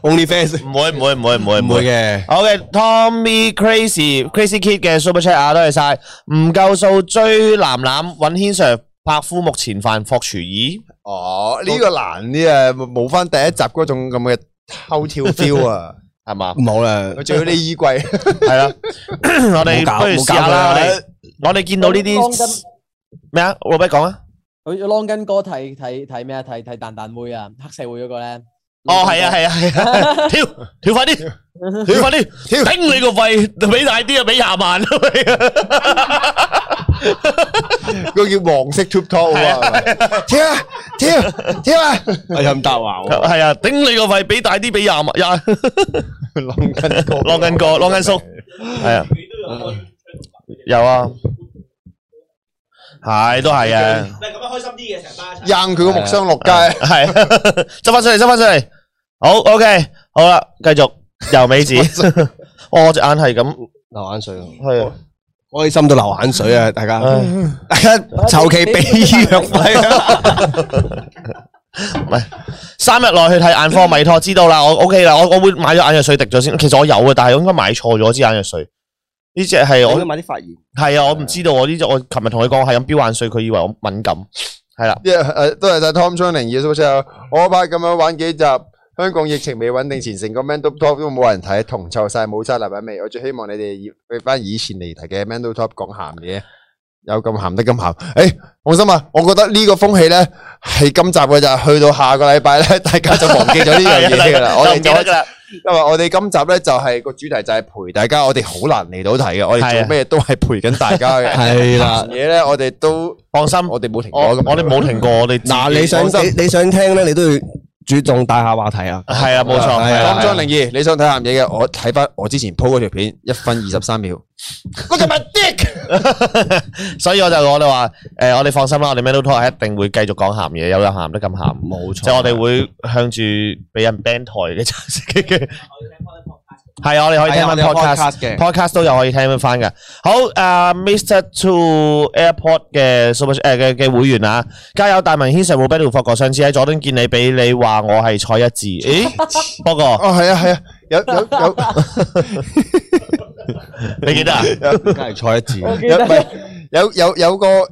Speaker 3: OnlyFans
Speaker 1: 唔會，唔會，唔會，唔會，
Speaker 3: 唔會。嘅，
Speaker 1: 好嘅，Tommy Crazy Crazy Kid 嘅 Super Chat 啊，多謝晒。唔夠數追男男揾軒 Sir 拍夫目前犯霍廚耳，
Speaker 5: 哦，呢個難啲啊，冇翻第一集嗰種咁嘅偷跳 feel 啊，
Speaker 1: 係嘛？
Speaker 3: 冇啦，
Speaker 5: 佢仲 要啲衣櫃，
Speaker 1: 係啦， 我哋
Speaker 3: 冇搞
Speaker 1: 不如
Speaker 3: 冇
Speaker 1: 試
Speaker 3: 搞
Speaker 1: 下啦。我
Speaker 3: 佢啦
Speaker 1: 哋我哋見到呢
Speaker 2: 啷緊
Speaker 1: 啲咩啊？Robert 講啊。
Speaker 2: 佢 long 根哥睇睇睇咩啊？睇睇蛋蛋妹啊，黑社會嗰個咧。
Speaker 1: 哦，係啊，係啊，係啊，跳跳快啲，跳快啲，
Speaker 5: 跳
Speaker 1: 頂你個肺，俾大啲啊，俾 廿萬
Speaker 5: 佢叫黃色 tube top 啊， 跳啊跳跳啊，
Speaker 3: 阿任達華喎，
Speaker 1: 係啊，頂你個肺，俾大啲，俾廿萬，廿
Speaker 5: 浪緊歌，
Speaker 1: 浪緊過，浪緊叔，係啊，有啊，係都係啊。
Speaker 5: 扔佢個木箱落街，
Speaker 1: 系执翻出嚟，执翻出嚟。好，OK，好啦，继续由尾子，我只眼系咁
Speaker 6: 流眼水喎。
Speaker 1: 系 啊，
Speaker 3: 開心到流眼水啊！大家，
Speaker 1: 唉
Speaker 3: 大家籌期俾醫藥費啊！
Speaker 1: 唔系三日内去睇眼科米托，知道啦，我 OK 啦，我我会买咗眼药水滴咗先。其实我有嘅，但系我应该买错咗支眼药水。呢只系
Speaker 6: 我
Speaker 1: 我
Speaker 6: 都買啲發炎，
Speaker 1: 系啊，我唔知道我呢只，我琴日同佢讲系咁飙眼水，佢以为我敏感，系啦，
Speaker 5: 誒都係晒 Tom Channing 嘅 super chat 啊我怕咁樣玩幾集。香港疫情未穩定前，成個 Man Top Top 都冇人睇，同臭晒冇晒立品味。我最希望你哋以去翻以前嚟睇嘅 Man Top Top 講鹹嘢，有咁鹹得咁鹹。诶、放心啊，我覺得呢個風氣咧係今集嘅咋，去到下個禮拜咧， 大家就忘記咗呢樣嘢噶 啦。我
Speaker 1: 就
Speaker 5: 哋
Speaker 1: 唔記
Speaker 5: 就
Speaker 1: 得噶啦。
Speaker 5: 因為我哋今集咧就係個主題就係陪大家，我哋好難嚟到題嘅，我哋
Speaker 1: 係啊
Speaker 5: 做咩都係陪緊大家嘅。
Speaker 3: 係啦
Speaker 5: 鹹嘢咧，我哋都
Speaker 1: 放心，
Speaker 5: 我哋冇停
Speaker 1: 我
Speaker 5: 過咁樣
Speaker 1: 我哋冇停过，我哋
Speaker 3: 嗱，你想
Speaker 5: 放心
Speaker 3: 你你想聽咧，你都要主動帶下話題啊！
Speaker 1: 系啊，冇错，
Speaker 3: 係啊
Speaker 5: 当張零二，你想睇鹹嘢嘅，我睇翻我之前 po 嗰條片，一分二十三秒。Look at my dick！
Speaker 1: 所以我就我哋話诶，誒我哋放心啦，我哋 Metal Talk 係一定會繼續講鹹嘢，有得鹹得咁鹹，
Speaker 3: 啊冇錯
Speaker 1: 即係我哋會向住俾人 ban 台嘅嘅嘅，係啊，我哋可以聽翻 podcast。
Speaker 6: 嘅，
Speaker 1: podcast 都有可以聽翻嘅，好啊、Mr. To Airport 嘅 super 誒嘅嘅會員啊，加油！大文軒上冇 battle 霍哥，上次喺佐敦見你，俾你話我係蔡一智，咦？不過
Speaker 5: 哦，係啊，係啊，有有有。
Speaker 1: 你記得啊？
Speaker 3: 梗係錯一字
Speaker 2: 我記
Speaker 5: 有
Speaker 2: 得
Speaker 5: 唔係有有有個有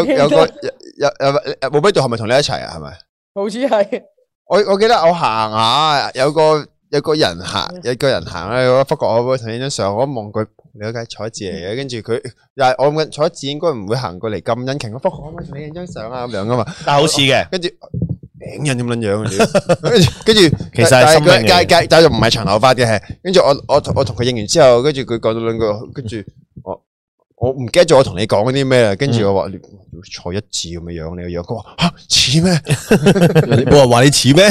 Speaker 2: 我記得
Speaker 5: 有個有有冇俾度係咪同你一齊啊？係咪？
Speaker 2: 好似係
Speaker 5: 我我記得我行下有個有個人行
Speaker 2: 嗯
Speaker 5: 有個人行咧，我發覺我會同影張相，我一望佢你嗰個係彩字嚟嘅，跟住佢但係我諗緊彩字應該唔會行過嚟咁殷勤，我發覺可唔可以同你影張相啊咁樣噶嘛？
Speaker 1: 但係好似嘅，
Speaker 5: 跟住頂人咁撚樣 嘅你，跟住跟住，
Speaker 1: 其實係
Speaker 5: 但
Speaker 1: 生命
Speaker 5: 佢
Speaker 1: 嚟嘅
Speaker 5: 但但但就唔係長頭髮嘅，係跟住我我同我同佢應完之後，跟住佢講咗兩句，跟住我我我唔記得咗我同你講啲咩啦，跟
Speaker 1: 嗯
Speaker 5: 住我話你坐一字咁嘅樣，你個樣，佢話吓似咩？我話話你似咩？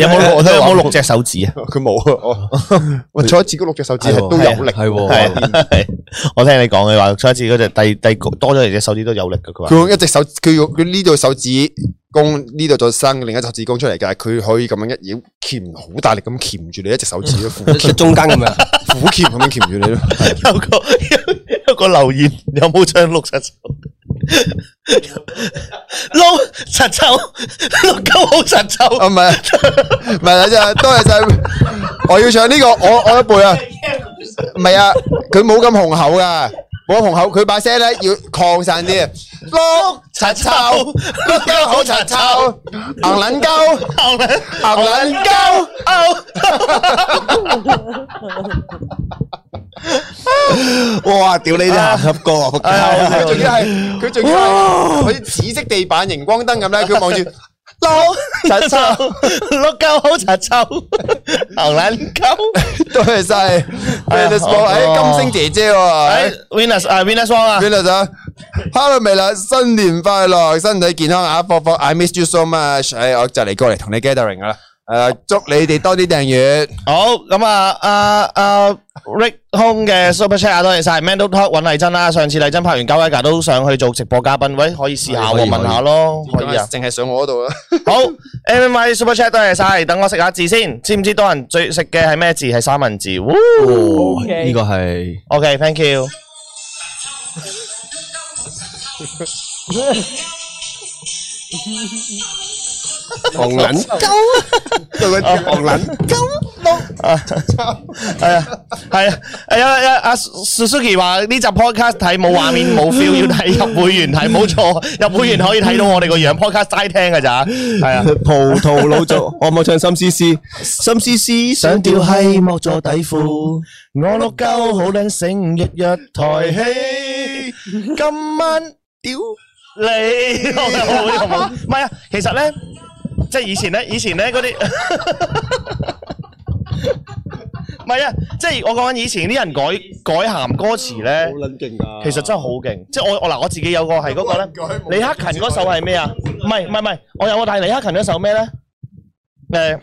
Speaker 1: 有冇六
Speaker 5: 我都
Speaker 1: 有
Speaker 5: 話
Speaker 1: 冇六隻手指啊？
Speaker 5: 佢冇啊！我 我坐一字嗰六隻手指係都有力，
Speaker 8: 係
Speaker 3: 哦
Speaker 8: 喎
Speaker 1: 係啊係我聽你講，你話上一次嗰隻第第多咗嚟隻手指都有力嘅，佢話。
Speaker 5: 佢用一隻手，佢用佢呢度手指公呢度再生另一隻手指公出嚟㗎，佢可以咁樣一嘢鉗好大力咁鉗住你一隻手 指咯，苦
Speaker 3: 即係中間咁樣，
Speaker 5: 苦鉗咁樣鉗住你咯。
Speaker 1: 有個有有個留言有冇唱六七首？六七首，六九好七首。
Speaker 5: 啊，唔係，唔係，等陣，多謝晒。我要唱呢個，我我一輩啊，唔係啊，佢冇咁雄厚噶，冇咁雄厚，佢把聲咧要擴散啲啊。碌柒臭，碌鳩好柒臭，硬撚鳩，
Speaker 1: 後面
Speaker 5: 硬撚鳩。哇！屌你啲鹹濕哥啊，仆街！佢仲要係佢仲要係好似紫色地板熒光燈咁咧，佢望住 碌柒臭。
Speaker 1: 六九好七首，牛撚鳩。
Speaker 5: 多謝晒 v e n u s
Speaker 1: 好
Speaker 5: 金星姐姐喎
Speaker 1: 哎，Venus 啊，Venus Wong 啊
Speaker 5: v e，n u s 啊，Hello 未啦，新年快樂，身體健康啊，霍霍，I miss you so much，哎我就嚟過嚟同你 gathering 噶啦，誒，祝你哋多啲訂閱，
Speaker 1: 好咁啊，阿阿 Rick 空嘅 Super Chat 啊，多謝晒。Mandal Talk 揾麗珍啦，上次麗珍拍完九一格都上去做直播嘉賓，喂，可以試下喎，
Speaker 5: 可以可以
Speaker 1: 問下咯，可以啊。
Speaker 5: 淨係上我嗰度啦，
Speaker 1: 好，M M I Super Chat 多謝晒，等我食下字先。知唔知多人最食嘅係咩字？係三文治。
Speaker 3: 哦
Speaker 2: OK
Speaker 8: 呢個係
Speaker 1: OK，thank you。
Speaker 5: 狂撚鳩啊，對佢狂撚
Speaker 1: 係啊，係啊，係啊，啊阿 Suzuki 話呢集 podcast 睇冇畫面冇 feel，要睇入會員睇，冇錯，入會員可以睇到我哋個樣，podcast 齋聽㗎咋，係啊。
Speaker 3: 葡萄老做，我冇唱心思思，心思思
Speaker 1: 想吊閪剝咗底褲，我碌鳩好撚醒，日日抬起，今晚屌 你，好冇唔係啊，其實咧，即係以前咧，以前咧嗰 啲。唔係啊，即係我講緊以前啲人改改鹹歌詞
Speaker 3: 好
Speaker 1: 咧，
Speaker 3: 撚勁啊！
Speaker 1: 其實真係好勁。即係我我嗱我自己有個係嗰個咧，李克勤嗰首係咩啊？唔係唔係唔係，我有個但係李克勤嗰首咩咧？誒。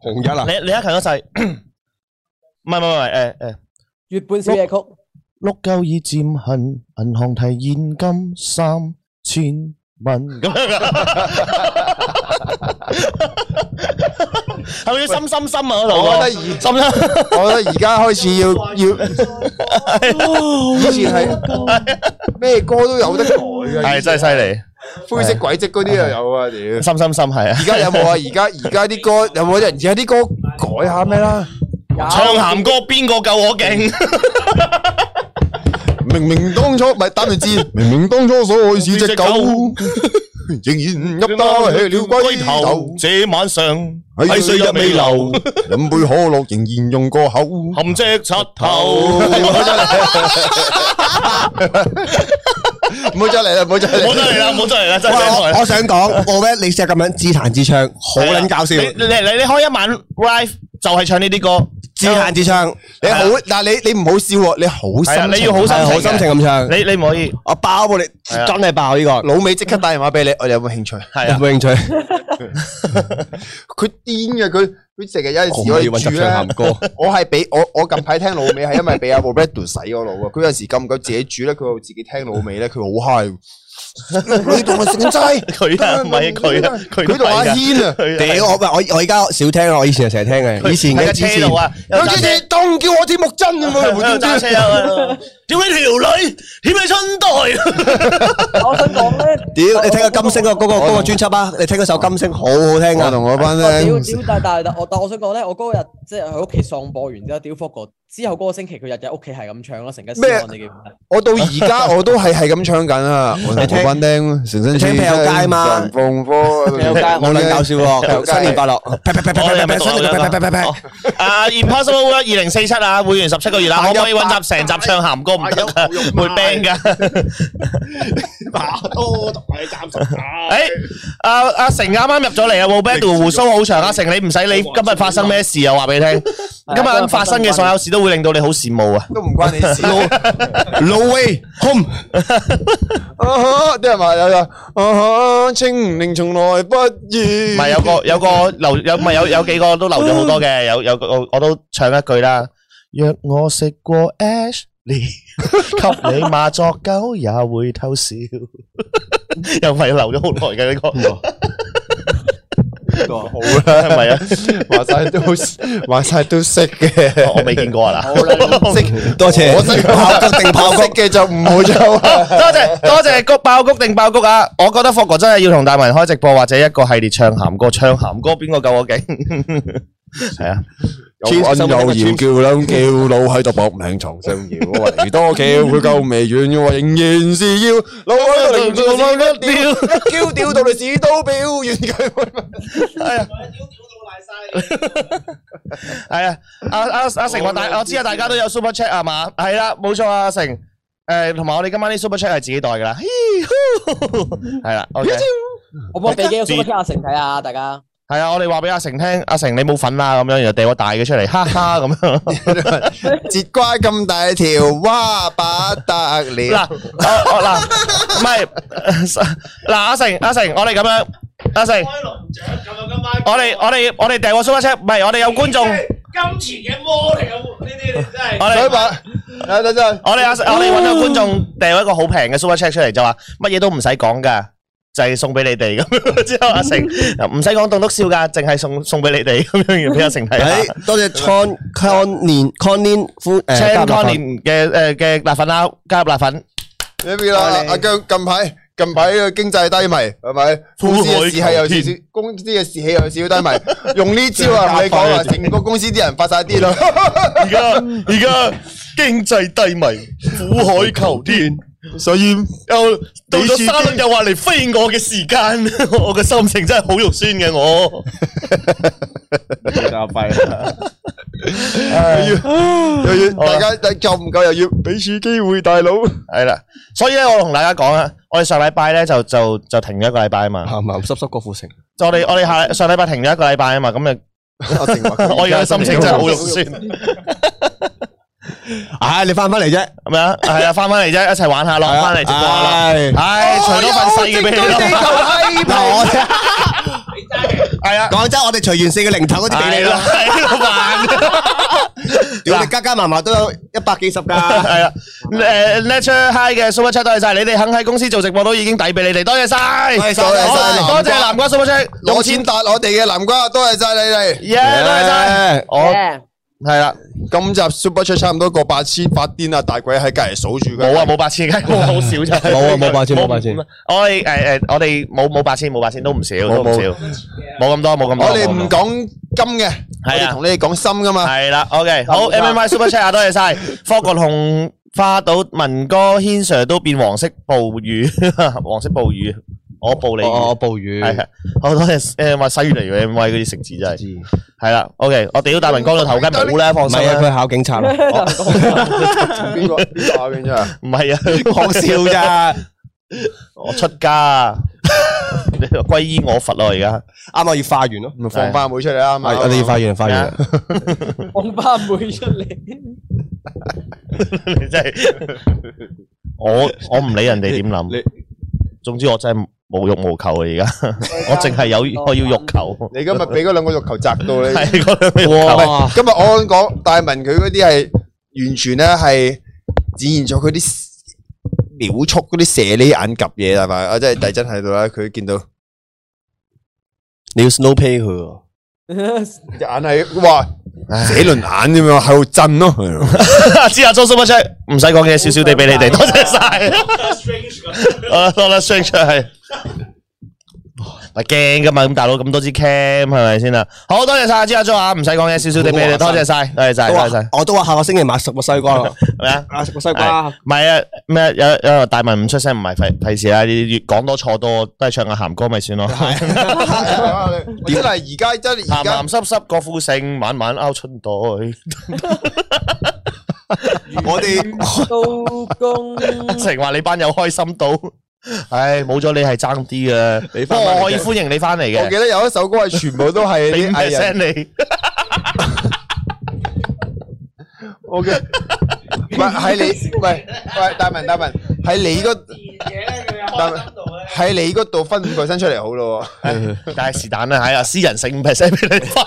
Speaker 5: 紅日啊，
Speaker 1: 李李克勤嗰 世，唔係唔係唔係，誒誒，
Speaker 2: 月半小夜曲，
Speaker 1: 碌鳩已漸痕，銀行提現金三千 蚊咁樣啊，係咪要心心心啊嗰度？
Speaker 5: 我覺得而
Speaker 1: 心心，
Speaker 5: 我覺得而家開始要 要，以前係咩歌都有得改嘅，
Speaker 1: 係真係犀
Speaker 5: 灰色軌跡嗰啲又有啊，屌
Speaker 1: 利，。心心心係啊
Speaker 5: 而，家有冇啊？而家而家啲歌有冇人？而家啲歌改下咩啦？
Speaker 2: Dạ,
Speaker 1: 唱鹹歌邊個夠 我勁？
Speaker 5: 明明當初咪打完 字，明明當初所愛是隻狗， 仍然入袋吃了龜頭。
Speaker 1: 這晚上
Speaker 5: 喺水入未 流，飲杯可樂仍然用個口。
Speaker 1: 含隻柒 頭。
Speaker 5: 唔好再嚟啦！唔好再
Speaker 1: 冇
Speaker 5: 嚟
Speaker 1: 得
Speaker 5: 啦！
Speaker 1: 嚟啦，冇得嚟啦，真係真係
Speaker 3: 哇！我我想講，我咧你成日咁樣自彈自唱，好撚搞笑
Speaker 1: 啊你，你你你開一晚 live 就係唱呢啲歌，
Speaker 3: 自彈自唱，
Speaker 5: 你好，但係你你唔好笑喎，你好
Speaker 1: 係啊，
Speaker 5: 心
Speaker 1: 你
Speaker 5: 情
Speaker 1: 要好心
Speaker 3: 係
Speaker 1: 情，
Speaker 3: 好心情。咁唱。
Speaker 1: 你你唔可以，
Speaker 3: 我爆爆你，
Speaker 1: 係啊
Speaker 3: 真係爆呢個，
Speaker 5: 老尾即刻打電話俾你，我哋有冇興趣？
Speaker 1: 係
Speaker 3: 有
Speaker 1: 啊，
Speaker 3: 冇興趣？
Speaker 5: 佢癲嘅，佢佢成日有陣時
Speaker 8: 可
Speaker 5: 我
Speaker 8: 以
Speaker 5: 哋
Speaker 8: 揾
Speaker 5: 住
Speaker 8: 集
Speaker 5: 咧
Speaker 8: 唱鹹，歌。
Speaker 5: 我係俾我我近排聽老尾係因為俾阿 Roberto 洗我腦啊！佢有陣時夠唔夠自己煮咧，佢會自己聽老尾咧，佢好 high 喎。你同我食 齋，
Speaker 1: 佢啊，唔係佢啊，佢
Speaker 5: 佢同阿軒啊，
Speaker 1: 佢
Speaker 3: 屌我我我而家少聽啦，啊我以前就成日聽嘅，以前
Speaker 1: 喺
Speaker 3: 嘅
Speaker 1: 架
Speaker 3: 之前
Speaker 1: 車度啊，有
Speaker 5: 有
Speaker 1: 揸
Speaker 5: 啲
Speaker 1: 車
Speaker 5: 嘢當叫我添木真咁啊！
Speaker 1: 有
Speaker 5: 無端
Speaker 1: 揸
Speaker 5: 端
Speaker 1: 車啊，屌你條女，點你春袋？
Speaker 2: 我想講咧，
Speaker 3: 屌你聽個金星嗰個嗰個嗰個專輯啊，你聽嗰首金星好好聽
Speaker 5: 我
Speaker 3: 啊！
Speaker 5: 同我班
Speaker 2: 我屌
Speaker 5: 咧，
Speaker 2: 屌，但但但我但我想講咧，我嗰日即係喺屋企喪播完之後，屌 f o g 之後嗰個星期佢日日屋企係咁唱咯，成吉思汗你記唔記得？
Speaker 5: 我到而家我都係係咁唱緊啊！我同
Speaker 3: 你聽
Speaker 5: 我班僆成身
Speaker 3: 你聽
Speaker 5: 刺
Speaker 3: 劈友街嘛
Speaker 5: 人放歌，
Speaker 3: 有街好撚搞笑喎！新年快樂！劈劈劈
Speaker 1: 我哋
Speaker 3: 劈
Speaker 1: 係咪
Speaker 3: 劈
Speaker 1: 讀
Speaker 3: 新年劈劈劈劈劈！
Speaker 1: 啊，Impossible 二零四七啊，會員十七個月啦，可唔可以揾集成集唱鹹歌唔得啊？ 會 ban 㗎。
Speaker 3: 打多同你暫時打
Speaker 1: 誒，阿阿成啱啱入咗嚟啊，Roberto 胡鬚好長，阿成你唔使理今日發生咩事啊，話俾你聽。
Speaker 2: 係
Speaker 1: 今晚發生嘅所有事都會令到你好羨慕啊！
Speaker 3: 都唔關你事。No way home。
Speaker 5: 啊哈！啲人話有有啊哈！清零從來不
Speaker 1: 唔
Speaker 5: 易。
Speaker 1: 係有個有個留有唔係有有幾個都留咗好多嘅，有有個我我都唱一句啦。若我食過 Ashley，給你罵作狗也會偷笑。 又唔係留咗好耐嘅呢個，
Speaker 5: 好
Speaker 1: 係咪啊？
Speaker 5: 話晒都話晒都識嘅，
Speaker 1: 我我未見過啊嗱。
Speaker 3: 多謝。
Speaker 5: 我識炮谷定炮識嘅就唔好有啊。
Speaker 1: 多謝多謝谷爆谷定爆谷啊！我覺得霍哥真係要同大文開直播或者一個系列唱鹹歌，唱鹹歌邊個夠我勁？係啊，
Speaker 5: 有恩有言叫兩叫老喺度搏命床上搖，我圍多叫佢夠未遠，我仍然是要老喺度零做兩一吊，一叫吊到你屎都表現佢。
Speaker 1: 係啊，阿阿阿成話大，我知啊，大家都有 super chat 係嘛？係啦，冇錯啊，阿成。誒，同埋我哋今晚啲 super chat 係自己袋㗎啦，嘻呼係 啦，OK，
Speaker 2: 我幫我俾幾個 super 阿成睇下，大家。
Speaker 1: 係啊，我哋話俾阿成聽，阿成你冇份啦，咁樣，然後掉個大嘅出嚟，哈哈咁 樣。
Speaker 3: 節瓜咁大條，哇不得
Speaker 1: 嗱，
Speaker 3: 了！
Speaker 1: 我我嗱，唔系 嗱，阿成阿成，我哋咁樣，阿成，我哋我哋我哋訂個 super chat，唔係我哋有觀眾，我
Speaker 5: 所
Speaker 1: 哋
Speaker 5: 以話，等等陣，
Speaker 1: 我哋阿成我哋搵個觀眾訂一個好平嘅 super chat 出嚟，就話乜嘢都唔使講噶。就係送俾你哋咁 樣，之後阿成唔使講棟篤笑㗎，淨係送送俾你哋咁樣，然俾阿成睇下。
Speaker 6: 誒多謝 Con Conin Conin 夫誒
Speaker 1: c h
Speaker 6: 加
Speaker 1: a n
Speaker 6: 入埋
Speaker 1: Conin 嘅誒嘅辣粉啦，加入辣粉，
Speaker 5: 你邊啦？阿姜近排近排個經濟低迷係咪？公司嘅士氣有少少，公司嘅士氣有少少低迷。用呢招啊，你講話成個公司啲人發晒癲啦。
Speaker 1: 而家而家經濟低迷，苦海求天。
Speaker 5: 所以
Speaker 1: 又到咗沙律又話嚟飛我嘅時間， 我嘅心情真係好肉酸嘅 我。
Speaker 5: 又要大家夠唔夠又要俾次機會大佬。
Speaker 1: 係啦，所以咧我同大家講啊，我哋上禮拜咧就就就停咗一個禮拜啊嘛，
Speaker 6: 鹹鹹濕濕郭富城，
Speaker 1: 就我哋我哋下上禮拜停咗一個禮拜啊嘛，咁啊
Speaker 5: 阿成話佢
Speaker 1: 我而家嘅心情真係好肉酸，
Speaker 6: 唉，你翻返嚟啫，
Speaker 1: 係咪啊？係啊，翻返嚟啫，一齊玩下咯，翻嚟直播下啦。
Speaker 6: 唉
Speaker 1: 唉，除咗份細嘅俾你咯，
Speaker 6: 嗱我哋
Speaker 1: 係啊，
Speaker 6: 講真，我哋隨緣四個零頭嗰啲俾你
Speaker 1: 係啦，
Speaker 6: 啦，
Speaker 1: 係啦，玩。
Speaker 6: 屌你加加埋埋都有一百幾十㗎，
Speaker 1: 系啦，诶，Nature High 嘅 Super Chat 多謝晒，你哋肯喺公司做直播都已經抵俾你哋，多謝晒，
Speaker 6: 多謝晒
Speaker 1: 好
Speaker 6: 南
Speaker 1: 多謝南瓜 Super Chat，
Speaker 5: 攞錢搭我哋嘅南瓜，多謝晒你哋。
Speaker 1: 耶，多謝晒，
Speaker 5: 我
Speaker 2: Yeah
Speaker 5: 係啦，今集 Super Chat 差唔多過八千八癲啊！大鬼喺隔離數住佢。
Speaker 1: 冇啊，冇八千，梗係冇好少啫，
Speaker 6: 冇啊冇八千冇八千
Speaker 1: 我哋诶诶，我哋冇冇八千，冇八千都唔少，都唔
Speaker 5: 冇
Speaker 1: 少，冇咁多，冇咁多，
Speaker 5: 我哋
Speaker 1: 冇
Speaker 5: 唔
Speaker 1: 咁多
Speaker 5: 講金嘅，我
Speaker 1: 係
Speaker 5: 哋
Speaker 1: 啊
Speaker 5: 同你哋講心噶嘛。
Speaker 1: 係啦，OK，好，M M Y Super Chat 啊，多謝晒，霍國紅花島文哥軒 Sir 都變黃色暴雨， 黃色暴雨，我暴你雨。
Speaker 6: 我暴雨
Speaker 1: 系啊，好多嘢诶，話西越嚟嘅 M Y 嗰啲城市真係係啦。OK，我屌大文哥個頭巾唔好 啦，放
Speaker 6: 唔
Speaker 1: 心
Speaker 6: 係啊，
Speaker 1: 啦，
Speaker 6: 佢考警察咯，
Speaker 5: 邊個邊個啊？邊個啊？
Speaker 1: 唔係啊，
Speaker 6: 講笑咋，
Speaker 1: 我出家 啊，歸依我佛咯而家。
Speaker 6: 啱我要化完咯，
Speaker 5: 咪放花妹出嚟啊！啱
Speaker 6: 係
Speaker 5: 啱
Speaker 6: 我哋要化完化
Speaker 1: 咩
Speaker 6: 完
Speaker 1: 啊。
Speaker 2: 放花妹出嚟，
Speaker 1: 你真係我我唔理人哋點諗，總之我真係無欲無求啊！而家 我淨係有我要欲求，
Speaker 5: 你今日俾嗰兩個肉球砸到你。
Speaker 1: 係嗰 兩個欲求。
Speaker 6: 哇，
Speaker 5: 今日我講大文佢嗰啲係完全咧係展現咗佢啲秒速嗰啲射呢眼及嘢係咪？我真係第真喺度啦，佢見到
Speaker 6: 你要 snow pay 佢喎。
Speaker 5: 隻眼係哇寫輪眼咁樣喺度震 咯。
Speaker 1: 知阿 Jo Super Chat 唔使講嘢，少少地俾你哋，多謝晒。啊，Doctor Strange 係咪驚噶嘛？咁大佬咁多支 cam 係咪先啦？好多謝晒，知阿 Jo 啊，唔使講嘢，少少地俾
Speaker 5: 啊
Speaker 1: 你，多謝晒，多謝晒，
Speaker 6: 都
Speaker 1: 多
Speaker 6: 話
Speaker 1: 謝晒，
Speaker 6: 我都話下個星期買十個 西瓜咯，
Speaker 1: 係咪啊？
Speaker 6: 啊十個西瓜，
Speaker 1: 唔係啊，咩啊有有大文唔出聲唔係費費事啦，呢啲越講多錯多，都係唱下鹹歌咪算咯。
Speaker 5: 點嚟？而家真係而
Speaker 1: 鹹
Speaker 5: 家嗯
Speaker 1: 鹹濕濕郭富城，晚晚勾春袋。
Speaker 6: 我哋
Speaker 2: 都公
Speaker 1: 成話你班友開心到，唉，冇咗你係爭啲嘅，不
Speaker 5: 返
Speaker 1: 過
Speaker 5: 嚟
Speaker 1: 我可以
Speaker 5: 嘅
Speaker 1: 歡迎你翻嚟
Speaker 5: 我
Speaker 1: 嘅
Speaker 5: 記。得有一首歌係全部都係
Speaker 1: 俾
Speaker 5: 啲
Speaker 1: 五
Speaker 5: 藝人
Speaker 1: percent 你，
Speaker 5: OK。喂，喺你-喂-喂，大文，大文，喺你嗰-喺你嗰度分五個身出嚟好咯喎。
Speaker 1: 但系是但啦，系啊，私人性 percent 俾你翻，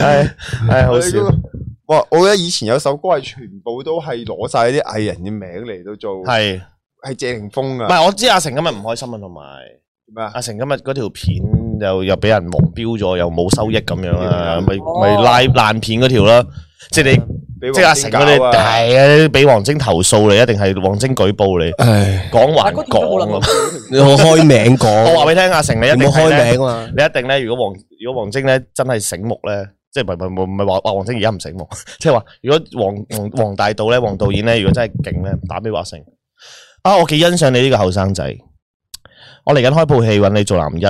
Speaker 1: 系系好笑。
Speaker 5: 哇，我覺得以前有首歌係全部都係攞晒啲藝人嘅名嚟到做-
Speaker 1: 系，
Speaker 5: 係謝霆鋒啊，
Speaker 1: 唔系我知阿成今日唔开心啊，同埋
Speaker 5: 咩啊？
Speaker 1: 阿成今日嗰条片又又俾人黃標咗，又冇收益咁樣啊，咪
Speaker 2: 哦
Speaker 1: 咪拉爛片嗰條啦，即係你
Speaker 5: 俾
Speaker 1: 即係阿成
Speaker 5: 黃
Speaker 1: 嗰啲
Speaker 5: 興搞啊。
Speaker 1: 係啊，俾王晶投訴你，一定係王晶舉報你，
Speaker 3: 唉，
Speaker 1: 講
Speaker 2: 但
Speaker 1: 還
Speaker 2: 係嗰條都
Speaker 1: 講
Speaker 2: 冇
Speaker 1: 啊！
Speaker 2: 諗
Speaker 3: 你好开名 讲，
Speaker 1: 我話俾你聽，阿成你一定
Speaker 3: 冇
Speaker 1: 係
Speaker 3: 开
Speaker 1: 咧，
Speaker 3: 名啊嘛，
Speaker 1: 你一定咧，如果王如果王晶咧真係醒目咧。即係唔係唔係唔係話話王晶而家唔醒目， 即係話如果王王王大導咧，王導演咧，如果真係勁咧，打俾華成啊！我幾欣賞你呢個後生仔，我嚟緊開部戲揾你做男一。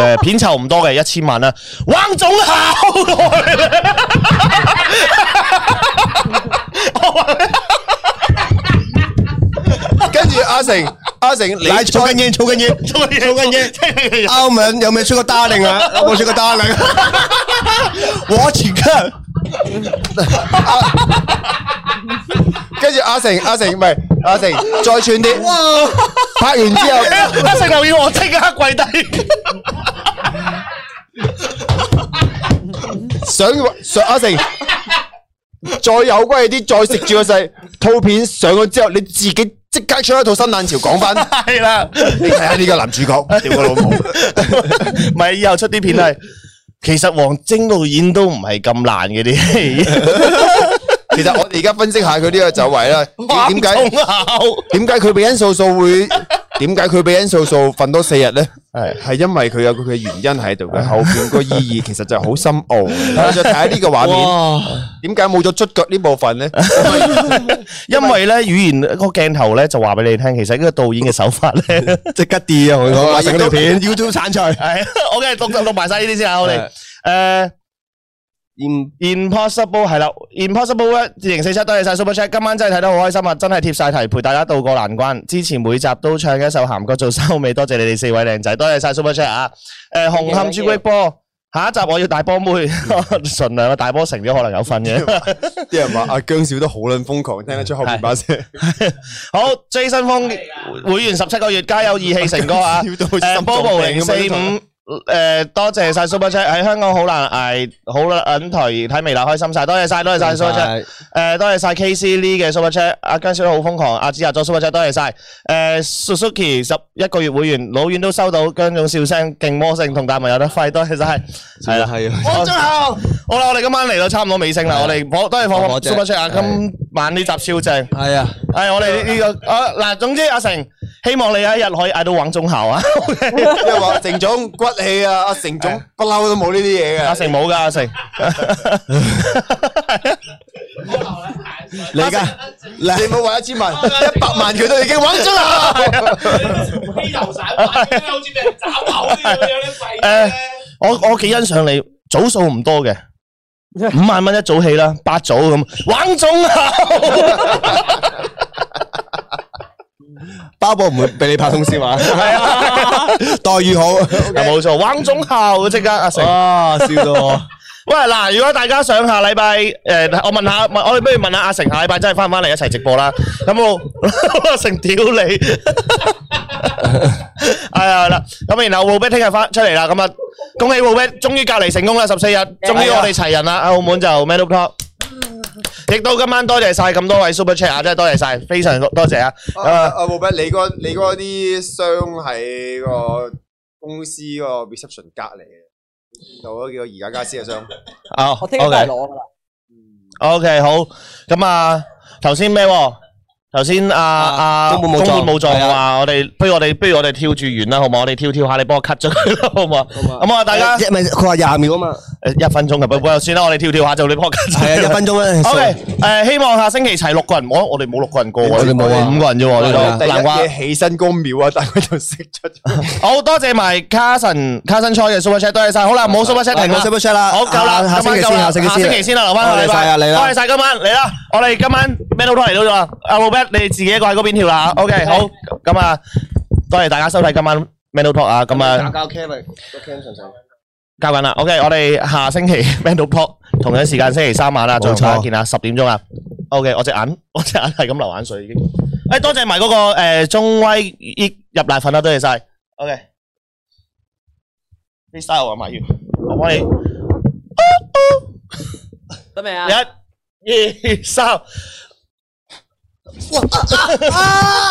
Speaker 1: 诶，片酬唔多嘅，一千萬啦。汪總考我
Speaker 5: 跟住阿成-阿成，你
Speaker 3: 嚟做紧嘢，做紧嘢，
Speaker 1: 做嘢做緊嘢，
Speaker 3: 澳门有没有出过 darling 啊？有冇出过 darling？我请客，
Speaker 5: 跟住阿成-阿成，唔係，阿成，再串啲。拍完之後，
Speaker 1: 阿成留意我即刻跪低。
Speaker 5: 想上阿成，再有關係啲，再食住個勢，套片上咗之後，你自己即刻出一套新冷潮講翻，
Speaker 1: 係啦，
Speaker 5: 你睇下呢個男主角，屌個老母，
Speaker 1: 唔係以後出啲片係，其實王晶導演都唔係咁爛嘅啲戲，
Speaker 5: 其實我哋而家分析下佢呢個走 位啦，點
Speaker 1: 汪
Speaker 5: 解
Speaker 1: 總考
Speaker 5: 點解佢俾殷素素會？點解佢俾殷素素瞓多四日咧？
Speaker 1: 係
Speaker 5: 係因為佢有佢嘅原因喺度嘅，後边個意義其實就係好深奧。我再睇下呢個畫面，點解冇咗捽腳呢部 分咧？
Speaker 1: 因為咧語言個鏡頭咧就話俾你聽，其實呢個導演嘅手法咧，
Speaker 3: 即刻啲啊！我講
Speaker 5: 哇
Speaker 3: 話成條片 YouTube 鏟除，
Speaker 1: 係我梗係讀讀埋晒呢啲先啊，我哋誒。Impossible 係啦，Impossible 一二零四七，多謝晒 Super Chat，今晚真係睇得好開心啊！真係貼晒題，陪大家渡過難關。之前每集都唱一首鹹歌做收尾，多謝你哋四位靚仔，多謝晒 Super Chat 啊！誒、紅磡朱古力波，下一集我要大波妹， 盡量 啊！大波成咗可能有份嘅。
Speaker 5: 啲人話阿姜少都好撚瘋狂，聽得出後 面把聲，
Speaker 1: 好，Jason 峰會員十七個月，加油義氣成哥啊！
Speaker 5: 笑到好似
Speaker 1: 誒
Speaker 5: 心臟
Speaker 1: Bobo 零
Speaker 5: 病
Speaker 1: 四
Speaker 5: 咁樣。
Speaker 1: 五，誒多謝晒 Super Chat 喺香港好難捱，好撚台睇微辣開心晒，多謝晒，多謝晒 Super Chat。誒多謝晒 KC Lee 嘅 Super Chat，阿姜小佬好瘋狂，阿子牙咗 Super Chat 多謝晒。誒 Suzuki 十一個月會員，老遠都收到姜總笑聲，勁魔性同大文有得揮，多謝晒。係啦，
Speaker 3: 係啊。
Speaker 1: 我最後好啦，我哋今晚嚟到差唔多尾聲啦，我哋火多謝火
Speaker 3: 火
Speaker 1: 火
Speaker 3: 姐
Speaker 1: Super Chat 啊，今晚呢集超正。
Speaker 3: 系啊，
Speaker 1: 係我哋呢個啊嗱，總之阿成，希望你有一日可以嗌到黃忠校啊！
Speaker 5: 即系话成总骨氣啊，阿成總不嬲都冇呢啲嘢
Speaker 1: 阿
Speaker 5: 嘅。
Speaker 1: 成冇㗎，阿成。
Speaker 3: 你而家
Speaker 5: 你冇話一 千萬，一百萬佢都已經玩咗啦。
Speaker 1: 誒，我我幾欣賞你，組數唔多嘅，五萬蚊一組戲啦，八組咁，玩中啊！
Speaker 3: 包保唔會俾你拍通宵啊，
Speaker 1: 係啊，
Speaker 3: 待遇好。
Speaker 1: 冇錯，玩中校即刻阿成。
Speaker 3: 啊，笑到我。
Speaker 1: 喂，嗱，如果大家想下禮拜，诶、我問下，問我哋不如問下阿成下禮拜真係翻唔翻嚟一齊直播啦？有冇阿 成屌你？係啊，啦，咁然後 Robert 聽日翻出嚟啦，咁啊，恭喜 Robert 終於隔離成功啦，十四日，終於我哋齊人啦，澳門就 m e d a l Top。亦都今晚多謝晒咁多位 Super Chat 啊，真係多謝晒，非常多謝啊！
Speaker 5: 阿阿冇你嗰你嗰啲箱喺個公司嗰個 reception 隔離嘅，到咗叫宜家家私嘅箱。
Speaker 1: 哦
Speaker 2: 我聽日都係攞噶啦。
Speaker 1: O K，好，咁啊，頭先咩喎？頭先啊啊，
Speaker 3: 宮本武藏
Speaker 1: 宮本武藏
Speaker 3: 係啊
Speaker 1: 話我哋，不如我哋不如我哋跳住完啦，好嘛？我哋跳跳下，你幫我 cut 咗佢啦，好 嘛？咁啊，大家
Speaker 3: 一咪佢話廿秒啊嘛，
Speaker 1: 誒一分鐘嘅，不過算啦，我哋跳跳下就你幫我 cut 咗
Speaker 3: 係啊，
Speaker 1: 佢
Speaker 3: 一分 鐘咧。
Speaker 1: O K，誒，希望下星期齊六個人，我我哋冇六個人過喎，
Speaker 3: 我哋冇啊
Speaker 1: 五個人啫喎，呢
Speaker 5: 第
Speaker 1: 度
Speaker 5: 一
Speaker 1: 難怪。
Speaker 5: 嘢起身嗰秒啊，但係佢就識出咗。
Speaker 1: 好多謝埋 Carson Carson Choi 嘅 Super Chat，多謝晒。好啦，冇 Super Chat 停啦
Speaker 3: 冇 Super Chat 啦
Speaker 1: 好夠啦，
Speaker 3: 下下星期
Speaker 1: 今晚夠啦
Speaker 3: 先下星期
Speaker 1: 下
Speaker 3: 先
Speaker 1: 星期先啦，留翻下禮
Speaker 3: 多謝晒
Speaker 1: 拜。
Speaker 3: 啊你啦
Speaker 1: 多謝晒今晚嚟啦，我哋今晚 Metal 都嚟到咗啦。阿 Robert 你自己一個喺嗰邊跳啦，OK 好，咁啊，多謝大家收睇今晚 Metal Talk 啊，咁啊。
Speaker 9: 交 cam 咪個 cam 上上。
Speaker 1: 交紧啦，OK，我哋下星期 Mental Pop 同樣時間星期三晚啦，再同大家見啦，十點鐘啦。OK，我隻眼， 我隻眼係咁流眼水已經。诶，多謝埋嗰個诶中威入奶粉啦，多謝晒。OK，呢 style 啊，埋要，我幫你
Speaker 2: 得未啊？
Speaker 1: Ya. 一、二、三。
Speaker 3: 啊！